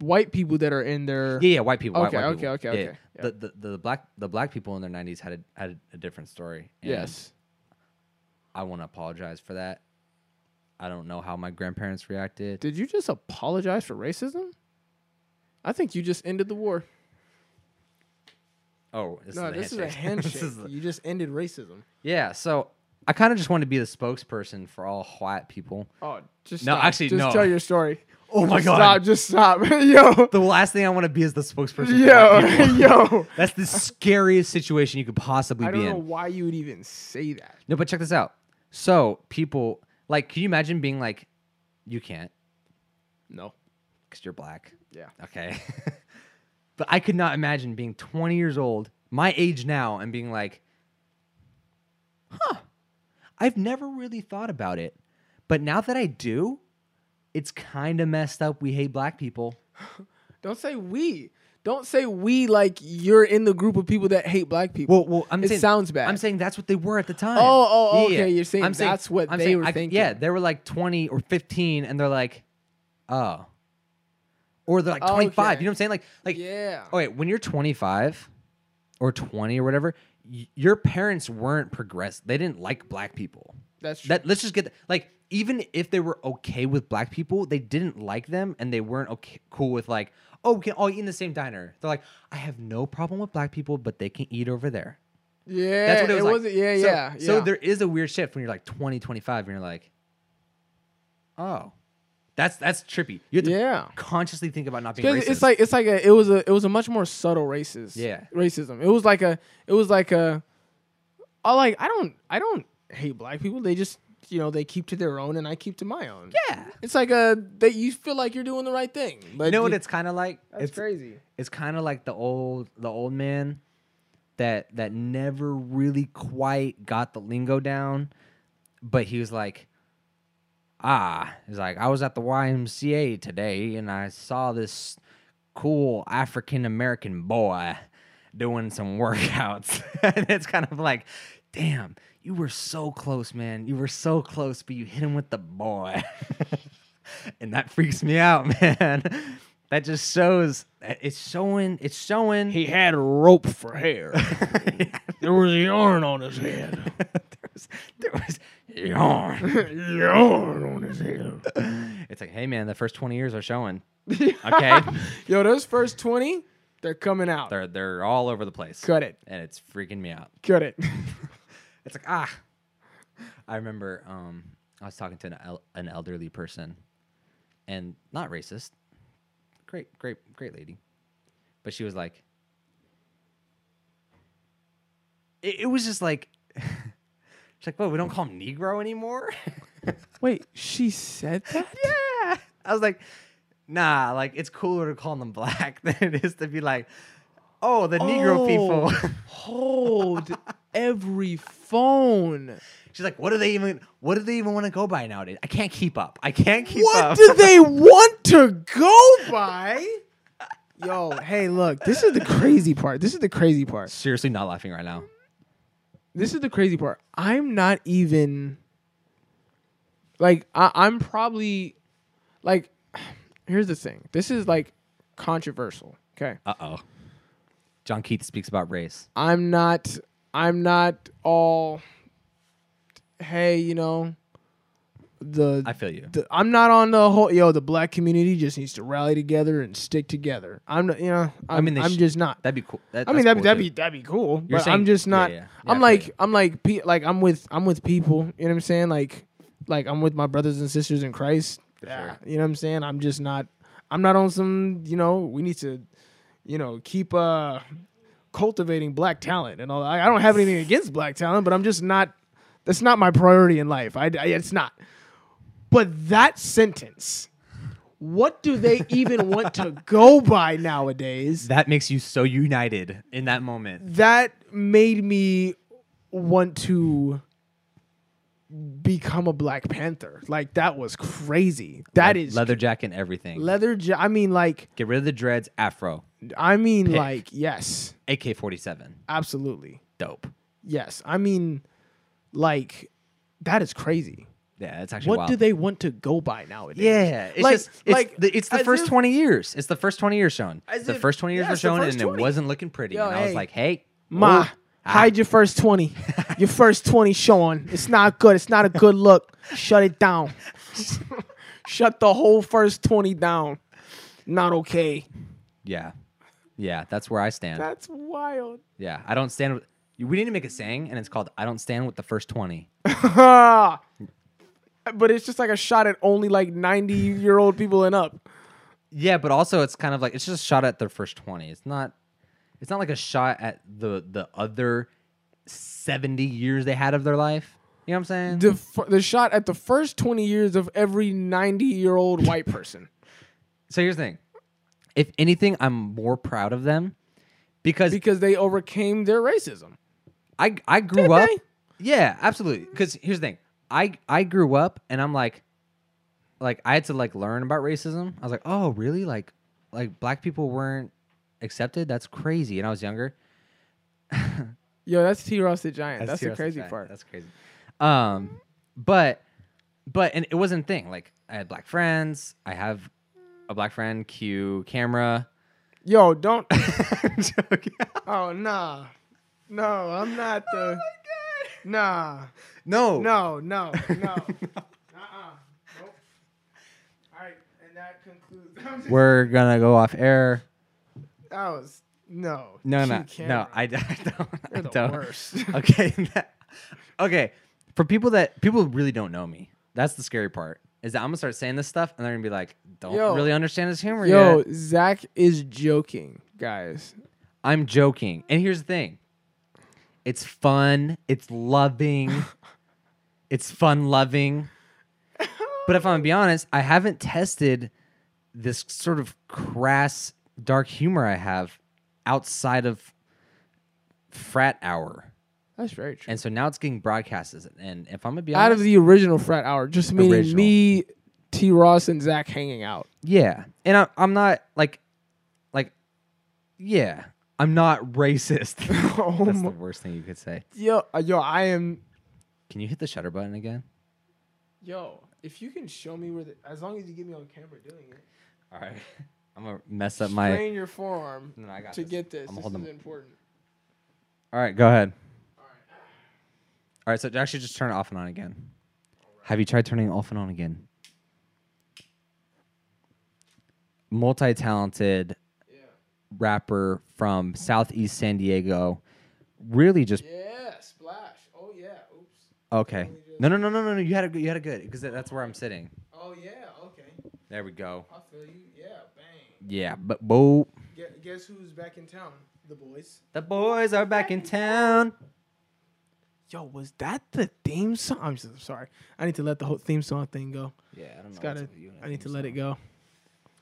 Speaker 1: white people that are in their?
Speaker 2: Yeah, yeah, white people. white-
Speaker 1: Okay,
Speaker 2: white
Speaker 1: okay,
Speaker 2: people.
Speaker 1: okay,
Speaker 2: Yeah,
Speaker 1: okay.
Speaker 2: yeah. The, the the black the black people in their nineties had a, had a different story. and
Speaker 1: Yes.
Speaker 2: I want to apologize for that. I don't know how my grandparents reacted.
Speaker 1: Did you just apologize for racism? I think you just ended the war.
Speaker 2: oh, this
Speaker 1: no,
Speaker 2: is a
Speaker 1: this is a
Speaker 2: handshake.
Speaker 1: handshake.
Speaker 2: This is the-
Speaker 1: you just ended racism.
Speaker 2: yeah, so I kind of just want to be the spokesperson for all white people.
Speaker 1: Oh, just
Speaker 2: No,
Speaker 1: stop.
Speaker 2: actually,
Speaker 1: just
Speaker 2: no.
Speaker 1: tell your story.
Speaker 2: Oh my
Speaker 1: Just
Speaker 2: God.
Speaker 1: Stop! Just stop, yo,
Speaker 2: The last thing I want to be is the spokesperson.
Speaker 1: yo,
Speaker 2: For white people.
Speaker 1: yo.
Speaker 2: That's the scariest situation you could possibly
Speaker 1: I
Speaker 2: be
Speaker 1: don't know
Speaker 2: in.
Speaker 1: why you would even say that.
Speaker 2: No, but check this out. So people like, can you imagine being like, you can't
Speaker 1: No.
Speaker 2: because you're black.
Speaker 1: Yeah.
Speaker 2: Okay. but I could not imagine being 20 years old, my age now, and being like, huh, I've never really thought about it. But now that I do, it's kind of messed up. We hate black people.
Speaker 1: Don't say we. Don't say we like you're in the group of people that hate black people.
Speaker 2: Well, well, I'm
Speaker 1: it
Speaker 2: saying,
Speaker 1: sounds bad.
Speaker 2: I'm saying that's what they were at the time.
Speaker 1: Oh, oh, okay, you're saying that's what they were
Speaker 2: I-
Speaker 1: thinking.
Speaker 2: Yeah, they were like 20 or 15, and they're like, oh, or they're like 25.
Speaker 1: Oh, Okay.
Speaker 2: You know what I'm saying? Like, like, oh,
Speaker 1: yeah.
Speaker 2: Okay, when you're 25 or 20 or whatever, y- your parents weren't progressed. They didn't like black people.
Speaker 1: That's true.
Speaker 2: That let's just get th- like even if they were okay with black people, they didn't like them and they weren't okay cool with like, oh, we can all eat in the same diner. They're like, I have no problem with black people, but they can eat over there.
Speaker 1: yeah.
Speaker 2: That's what it was like.
Speaker 1: not Eh, yeah,
Speaker 2: so,
Speaker 1: yeah.
Speaker 2: So
Speaker 1: yeah.
Speaker 2: there is a weird shift when you're like 20, 25 and you're like, oh, that's that's trippy. You have to
Speaker 1: Yeah.
Speaker 2: consciously think about not being
Speaker 1: Because
Speaker 2: racist.
Speaker 1: It's like it's like a it was a it was a much more subtle racist.
Speaker 2: Yeah.
Speaker 1: Racism. It was like a it was like a I like I don't I don't hate black people. They just you know they keep to their own and I keep to my own.
Speaker 2: yeah.
Speaker 1: It's like a that you feel like you're doing the right thing. But
Speaker 2: You know what it's kind of like?
Speaker 1: that's
Speaker 2: it's
Speaker 1: crazy.
Speaker 2: it's kind of like the old the old man that that never really quite got the lingo down, but he was like, ah, he's like, I was at the YMCA today and I saw this cool African American boy doing some workouts, and it's kind of like, damn. You were so close, man. You were so close, but you hit him with the boy. and that freaks me out, man. That just shows it's showing it's showing
Speaker 3: He had rope for hair. there was yarn on his head.
Speaker 2: there was there was yarn.
Speaker 3: yarn on his head.
Speaker 2: it's like, hey man, the first twenty years are showing. Okay.
Speaker 1: Yo, those first twenty, they're coming out.
Speaker 2: they're they're all over the place.
Speaker 1: Cut it.
Speaker 2: And it's freaking me out.
Speaker 1: Cut it.
Speaker 2: It's like ah. I remember um I was talking to an el- an elderly person, and not racist, great great great lady, but she was like, it, it was just like, she's like, well, we don't call him Negro anymore.
Speaker 1: Wait, she said that?
Speaker 2: yeah, I was like, nah, like it's cooler to call them black than it is to be like, oh, the Negro
Speaker 1: Oh.
Speaker 2: people.
Speaker 1: Hold every phone.
Speaker 2: She's like, what do they even? What do they even want to go by nowadays? I can't keep up. I can't keep
Speaker 1: What
Speaker 2: up.
Speaker 1: do they want to go by? Yo, hey, look, this is the crazy part. This is the crazy part.
Speaker 2: Seriously, not laughing right now.
Speaker 1: This is the crazy part. I'm not even like I, I'm probably like here's the thing. This is like controversial. Okay.
Speaker 2: Uh oh. John Keith speaks about race.
Speaker 1: I'm not I'm not all hey, you know, the
Speaker 2: I feel you.
Speaker 1: the, I'm not on the whole. Yo, the black community just needs to rally together and stick together. I'm not, you know, I'm, I
Speaker 2: mean,
Speaker 1: mean,
Speaker 2: they
Speaker 1: I'm
Speaker 2: sh-
Speaker 1: just not.
Speaker 2: That'd be cool. That,
Speaker 1: I mean, that'd,
Speaker 2: that's cool
Speaker 1: that'd
Speaker 2: too.
Speaker 1: be that'd be cool.
Speaker 2: You're
Speaker 1: but
Speaker 2: saying-
Speaker 1: I'm just
Speaker 2: yeah,
Speaker 1: not.
Speaker 2: yeah, yeah. Yeah, I
Speaker 1: I'm
Speaker 2: feel
Speaker 1: like
Speaker 2: you.
Speaker 1: I'm like pe- like I'm with I'm with people. You know what I'm saying? Like like I'm with my brothers and sisters in Christ. Yeah.
Speaker 2: sure.
Speaker 1: You know what I'm saying? I'm just not. I'm not on some. You know, we need to. You know, keep uh cultivating black talent and all. that. I, I don't have anything against black talent, but I'm just not. That's not my priority in life. I, I it's not. But that sentence, what do they even want to go by nowadays?
Speaker 2: That makes you so united in that moment.
Speaker 1: that made me want to become a Black Panther. Like that was crazy. That is leather.
Speaker 2: leather jacket and everything.
Speaker 1: ja- I mean, like,
Speaker 2: Get rid of the dreads, afro,
Speaker 1: I mean, like, yes,
Speaker 2: AK 47.
Speaker 1: absolutely,
Speaker 2: Dope.
Speaker 1: yes. I mean, like, that is crazy.
Speaker 2: Yeah, that's actually
Speaker 1: What
Speaker 2: wild.
Speaker 1: do they want to go by nowadays?
Speaker 2: Yeah, it's
Speaker 1: Like-
Speaker 2: just it's
Speaker 1: like,
Speaker 2: the, it's the
Speaker 1: as
Speaker 2: first
Speaker 1: if-
Speaker 2: twenty years. It's the first twenty years shown.
Speaker 1: As
Speaker 2: The
Speaker 1: if-
Speaker 2: first twenty years
Speaker 1: yeah,
Speaker 2: were
Speaker 1: it's the
Speaker 2: shown,
Speaker 1: first
Speaker 2: and
Speaker 1: 20.
Speaker 2: it wasn't looking pretty.
Speaker 1: Yo,
Speaker 2: and I was
Speaker 1: hey.
Speaker 2: like, hey,
Speaker 1: Ma,
Speaker 2: oh, ah,
Speaker 1: hide your first 20. Your first 20 showing. It's not good. It's not a good look. Shut it down. Shut the whole first 20 down. Not okay.
Speaker 2: yeah, yeah. That's where I stand.
Speaker 1: That's wild.
Speaker 2: yeah, I don't stand. With, we need to make a saying, and it's called "I don't stand with the first 20.
Speaker 1: but Ah. it's just like a shot at only like 90 year old people and up.
Speaker 2: Yeah, but also it's kind of like it's just a shot at their first twenty. It's not. It's not like a shot at the the other seventy years they had of their life. You know what I'm saying?
Speaker 1: The, f- the shot at the first 20 years of every 90 year old white person.
Speaker 2: so here's the thing. If anything, I'm more proud of them because
Speaker 1: Because they overcame their racism.
Speaker 2: I I grew
Speaker 1: Did
Speaker 2: up.
Speaker 1: they?
Speaker 2: Yeah, absolutely. Because here's the thing. I I grew up and I'm like, like I had to like learn about racism. I was like, oh really? Like like black people weren't accepted. That's crazy. And I was younger.
Speaker 1: Yo, that's T Ross the Giant. That's, the
Speaker 2: seriously
Speaker 1: crazy
Speaker 2: fine.
Speaker 1: part.
Speaker 2: That's crazy. Um, but but and it wasn't a thing. Like I had black friends. I have a black friend. Q camera.
Speaker 1: Yo, don't.
Speaker 2: I'm joking.
Speaker 1: Oh nah. No, I'm not the Nah.
Speaker 2: no,
Speaker 1: No, no, no. uh-uh. Nope. Alright, and that concludes I'm just-
Speaker 2: We're gonna go off air.
Speaker 1: that was no.
Speaker 2: No,
Speaker 1: She
Speaker 2: no, no.
Speaker 1: can't.
Speaker 2: I, I don't. I
Speaker 1: You're the
Speaker 2: don't.
Speaker 1: worst.
Speaker 2: okay. that- okay. For people that people really don't know me, that's the scary part. Is that I'm gonna start saying this stuff and they're gonna be like, don't
Speaker 1: Yo.
Speaker 2: really understand his humor
Speaker 1: Yo,
Speaker 2: yet.
Speaker 1: Zach is joking, guys.
Speaker 2: I'm joking. And here's the thing. It's fun, it's loving, it's fun loving. But if I'm gonna be honest, I haven't tested this sort of crass dark humor I have outside of frat hour.
Speaker 1: That's very true.
Speaker 2: And so now it's getting broadcasted. And if I'm gonna be
Speaker 1: Out
Speaker 2: honest,
Speaker 1: of the original frat hour, just meaning
Speaker 2: Original.
Speaker 1: me, T Ross, and Zach hanging out.
Speaker 2: yeah, and I, I'm not like, like, yeah, I'm not racist.
Speaker 1: Oh
Speaker 2: That's the
Speaker 1: my-
Speaker 2: worst thing you could say.
Speaker 1: Yo, uh, yo, I am.
Speaker 2: Can you hit the shutter button again?
Speaker 1: Yo, if you can show me where the, as long as you get me on camera doing it,
Speaker 2: All right, I'm gonna mess up my.
Speaker 1: strain your forearm
Speaker 2: No, I got
Speaker 1: to
Speaker 2: this.
Speaker 1: get this.
Speaker 2: I'm
Speaker 1: this
Speaker 2: holding
Speaker 1: is
Speaker 2: them.
Speaker 1: important.
Speaker 2: All right, go ahead. All right, so actually, just turn it off and on again. Have you tried turning it off and on again? Multi-talented rapper from Southeast San Diego, really just
Speaker 1: Yeah, splash. Oh yeah. Oops.
Speaker 2: Okay. No, no, no, no, no, no. You had a good. You had a good because that's where I'm sitting.
Speaker 1: Oh yeah. Okay.
Speaker 2: There we go.
Speaker 1: I feel you. Yeah. Bang.
Speaker 2: Yeah, but bo
Speaker 1: Gue- guess who's back in town? The boys.
Speaker 2: the boys are back in town.
Speaker 1: Yo, was that the theme song? I'm so sorry. I need to let the whole theme song thing go.
Speaker 2: Yeah, I don't know.
Speaker 1: It's gotta. I need to let it go.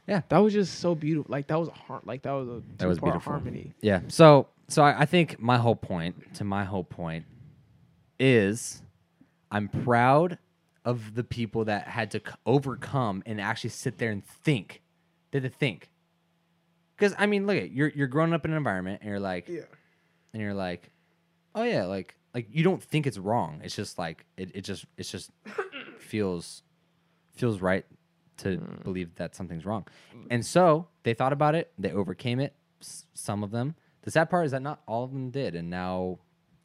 Speaker 2: Yeah.
Speaker 1: That was just so beautiful. Like that was a heart. Like that was a two
Speaker 2: was
Speaker 1: part
Speaker 2: beautiful.
Speaker 1: harmony.
Speaker 2: Yeah. So, so I, I think my whole point to my whole point is, I'm proud of the people that had to c- overcome and actually sit there and think. Did to think. Because I mean, look at you're you're growing up in an environment and you're like,
Speaker 1: Yeah.
Speaker 2: and you're like, oh yeah, like like you don't think it's wrong. It's just like it, it just it's just feels feels right to
Speaker 1: Hmm.
Speaker 2: believe that something's wrong.
Speaker 1: Mm.
Speaker 2: And so they thought about it, they overcame it. S- some of them. The sad part is that not all of them did, and now,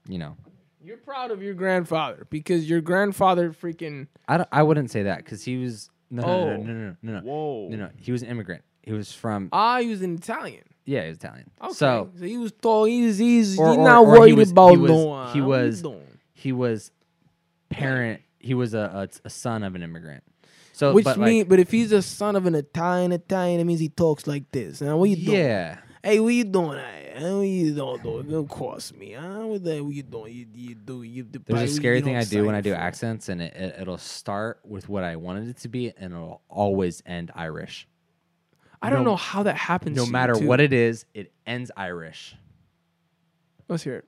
Speaker 2: you know,
Speaker 1: You're proud of your grandfather because your grandfather freaking.
Speaker 2: I don't, I wouldn't say that because he was no no,
Speaker 1: Oh.
Speaker 2: no no no no no
Speaker 1: Whoa.
Speaker 2: no no he was an immigrant. He was from
Speaker 1: Ah, he was an Italian.
Speaker 2: yeah he was Italian.
Speaker 1: Okay.
Speaker 2: So
Speaker 1: he was tall. He's he's,
Speaker 2: Or-
Speaker 1: he's
Speaker 2: or-
Speaker 1: not
Speaker 2: or he
Speaker 1: worried
Speaker 2: was- he
Speaker 1: about
Speaker 2: was-
Speaker 1: no one.
Speaker 2: he
Speaker 1: What
Speaker 2: was-
Speaker 1: doing?
Speaker 2: he was parent. He was a, a, a son of an immigrant. So
Speaker 1: Which
Speaker 2: but
Speaker 1: mean,
Speaker 2: like,
Speaker 1: but if he's a son of an Italian Italian, it means he talks like this. Now what you doing?
Speaker 2: yeah.
Speaker 1: Hey, what you doing? Hey, what you doing? Though? Don't cost me. Huh? What the hell you doing? You you do you. do-
Speaker 2: There's
Speaker 1: buy what
Speaker 2: a scary
Speaker 1: you
Speaker 2: thing
Speaker 1: don't
Speaker 2: I do when
Speaker 1: sign
Speaker 2: I do
Speaker 1: for.
Speaker 2: accents, and it, it, it'll start with what I wanted it to be, and it'll always end Irish.
Speaker 1: I don't
Speaker 2: no-
Speaker 1: know how that happens.
Speaker 2: No
Speaker 1: to you,
Speaker 2: matter
Speaker 1: too.
Speaker 2: what it is, it ends Irish.
Speaker 1: Let's hear it.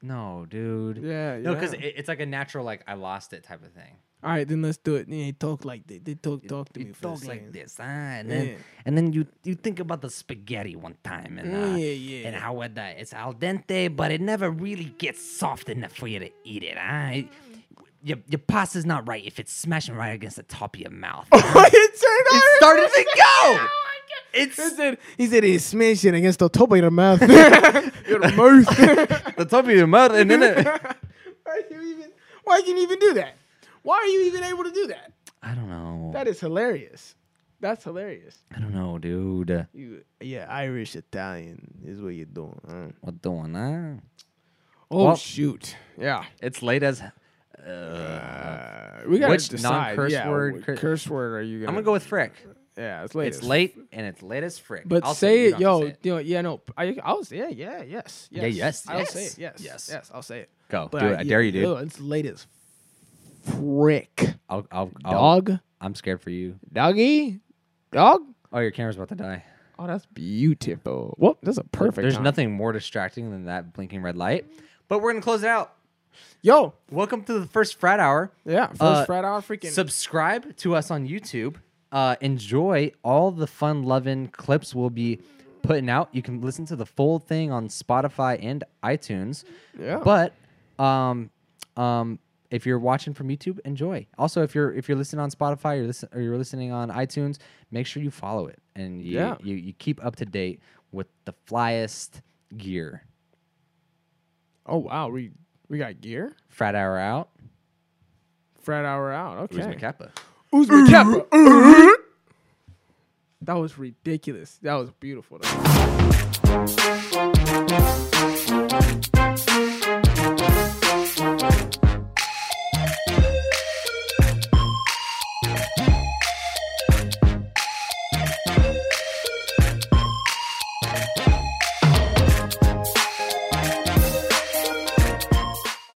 Speaker 2: No, dude.
Speaker 1: Yeah.
Speaker 2: No, because
Speaker 1: yeah.
Speaker 2: it, it's like a natural, like I lost it type of thing.
Speaker 1: all right, then let's do it. Yeah, talk like this. They talk talk to me for a
Speaker 2: talk like
Speaker 1: second.
Speaker 2: this, ah, and then
Speaker 1: Yeah.
Speaker 2: and then you you think about the spaghetti one time, and
Speaker 1: Mm,
Speaker 2: uh,
Speaker 1: yeah,
Speaker 2: and
Speaker 1: yeah.
Speaker 2: how it, uh, it's al dente, but it never really gets soft enough for you to eat it. ah. It- your your pasta's not right if it's smashing right against the top of your mouth. Oh
Speaker 1: it turned
Speaker 2: it
Speaker 1: out.
Speaker 2: started to go.
Speaker 1: He
Speaker 2: It's
Speaker 1: said, he said he's smashing against the top of your mouth. your mouth.
Speaker 2: the top of your mouth, and then it,
Speaker 1: why you even? Why can you even do that? Why are you even able to do that?
Speaker 2: I don't know.
Speaker 1: That is hilarious. That's hilarious.
Speaker 2: I don't know, dude.
Speaker 1: You, yeah, Irish Italian is what you're doing. huh?
Speaker 2: What ah? doing? Huh?
Speaker 1: Oh
Speaker 2: Well-
Speaker 1: shoot! Yeah,
Speaker 2: It's late as.
Speaker 1: uh, we gotta
Speaker 2: Which
Speaker 1: decide.
Speaker 2: non-curse
Speaker 1: yeah,
Speaker 2: word
Speaker 1: what
Speaker 2: cur-
Speaker 1: curse word are you gonna?
Speaker 2: I'm gonna go with frick.
Speaker 1: Yeah, it's late.
Speaker 2: It's late and it's late as frick.
Speaker 1: But
Speaker 2: I'll
Speaker 1: say
Speaker 2: you
Speaker 1: it,
Speaker 2: don't have
Speaker 1: yo.
Speaker 2: to say it.
Speaker 1: You know, yeah, no. I, I'll say yeah, yeah, yes, yes.
Speaker 2: Yeah, yes,
Speaker 1: I'll say
Speaker 2: yes,
Speaker 1: it. Yes,
Speaker 2: yes.
Speaker 1: yes, I'll say it.
Speaker 2: Go, do it. I dare you, dude.
Speaker 1: yo, It's late as frick.
Speaker 2: I'll, I'll, I'll,
Speaker 1: Dog,
Speaker 2: I'm scared for you.
Speaker 1: doggy, dog.
Speaker 2: Oh, your camera's about to die.
Speaker 1: Oh, that's beautiful. Whoop, that's a perfect.
Speaker 2: There's
Speaker 1: time.
Speaker 2: nothing more distracting than that blinking red light. But we're gonna close it out.
Speaker 1: Yo,
Speaker 2: Welcome to the first frat hour.
Speaker 1: yeah. First
Speaker 2: Uh,
Speaker 1: Friday hour, freaking.
Speaker 2: Subscribe to us on YouTube. Uh, enjoy all the fun loving clips we'll be putting out. You can listen to the full thing on Spotify and iTunes.
Speaker 1: Yeah.
Speaker 2: But um, um, if you're watching from YouTube, enjoy. Also, if you're if you're listening on Spotify or listen or you're listening on iTunes, make sure you follow it and you,
Speaker 1: Yeah.
Speaker 2: you you keep up to date with the flyest gear.
Speaker 1: oh wow, we we got gear.
Speaker 2: Frat hour out.
Speaker 1: Frat hour out. Okay.
Speaker 2: Who's my kappa?
Speaker 1: Uzma Kappa. that was ridiculous. That was beautiful. though.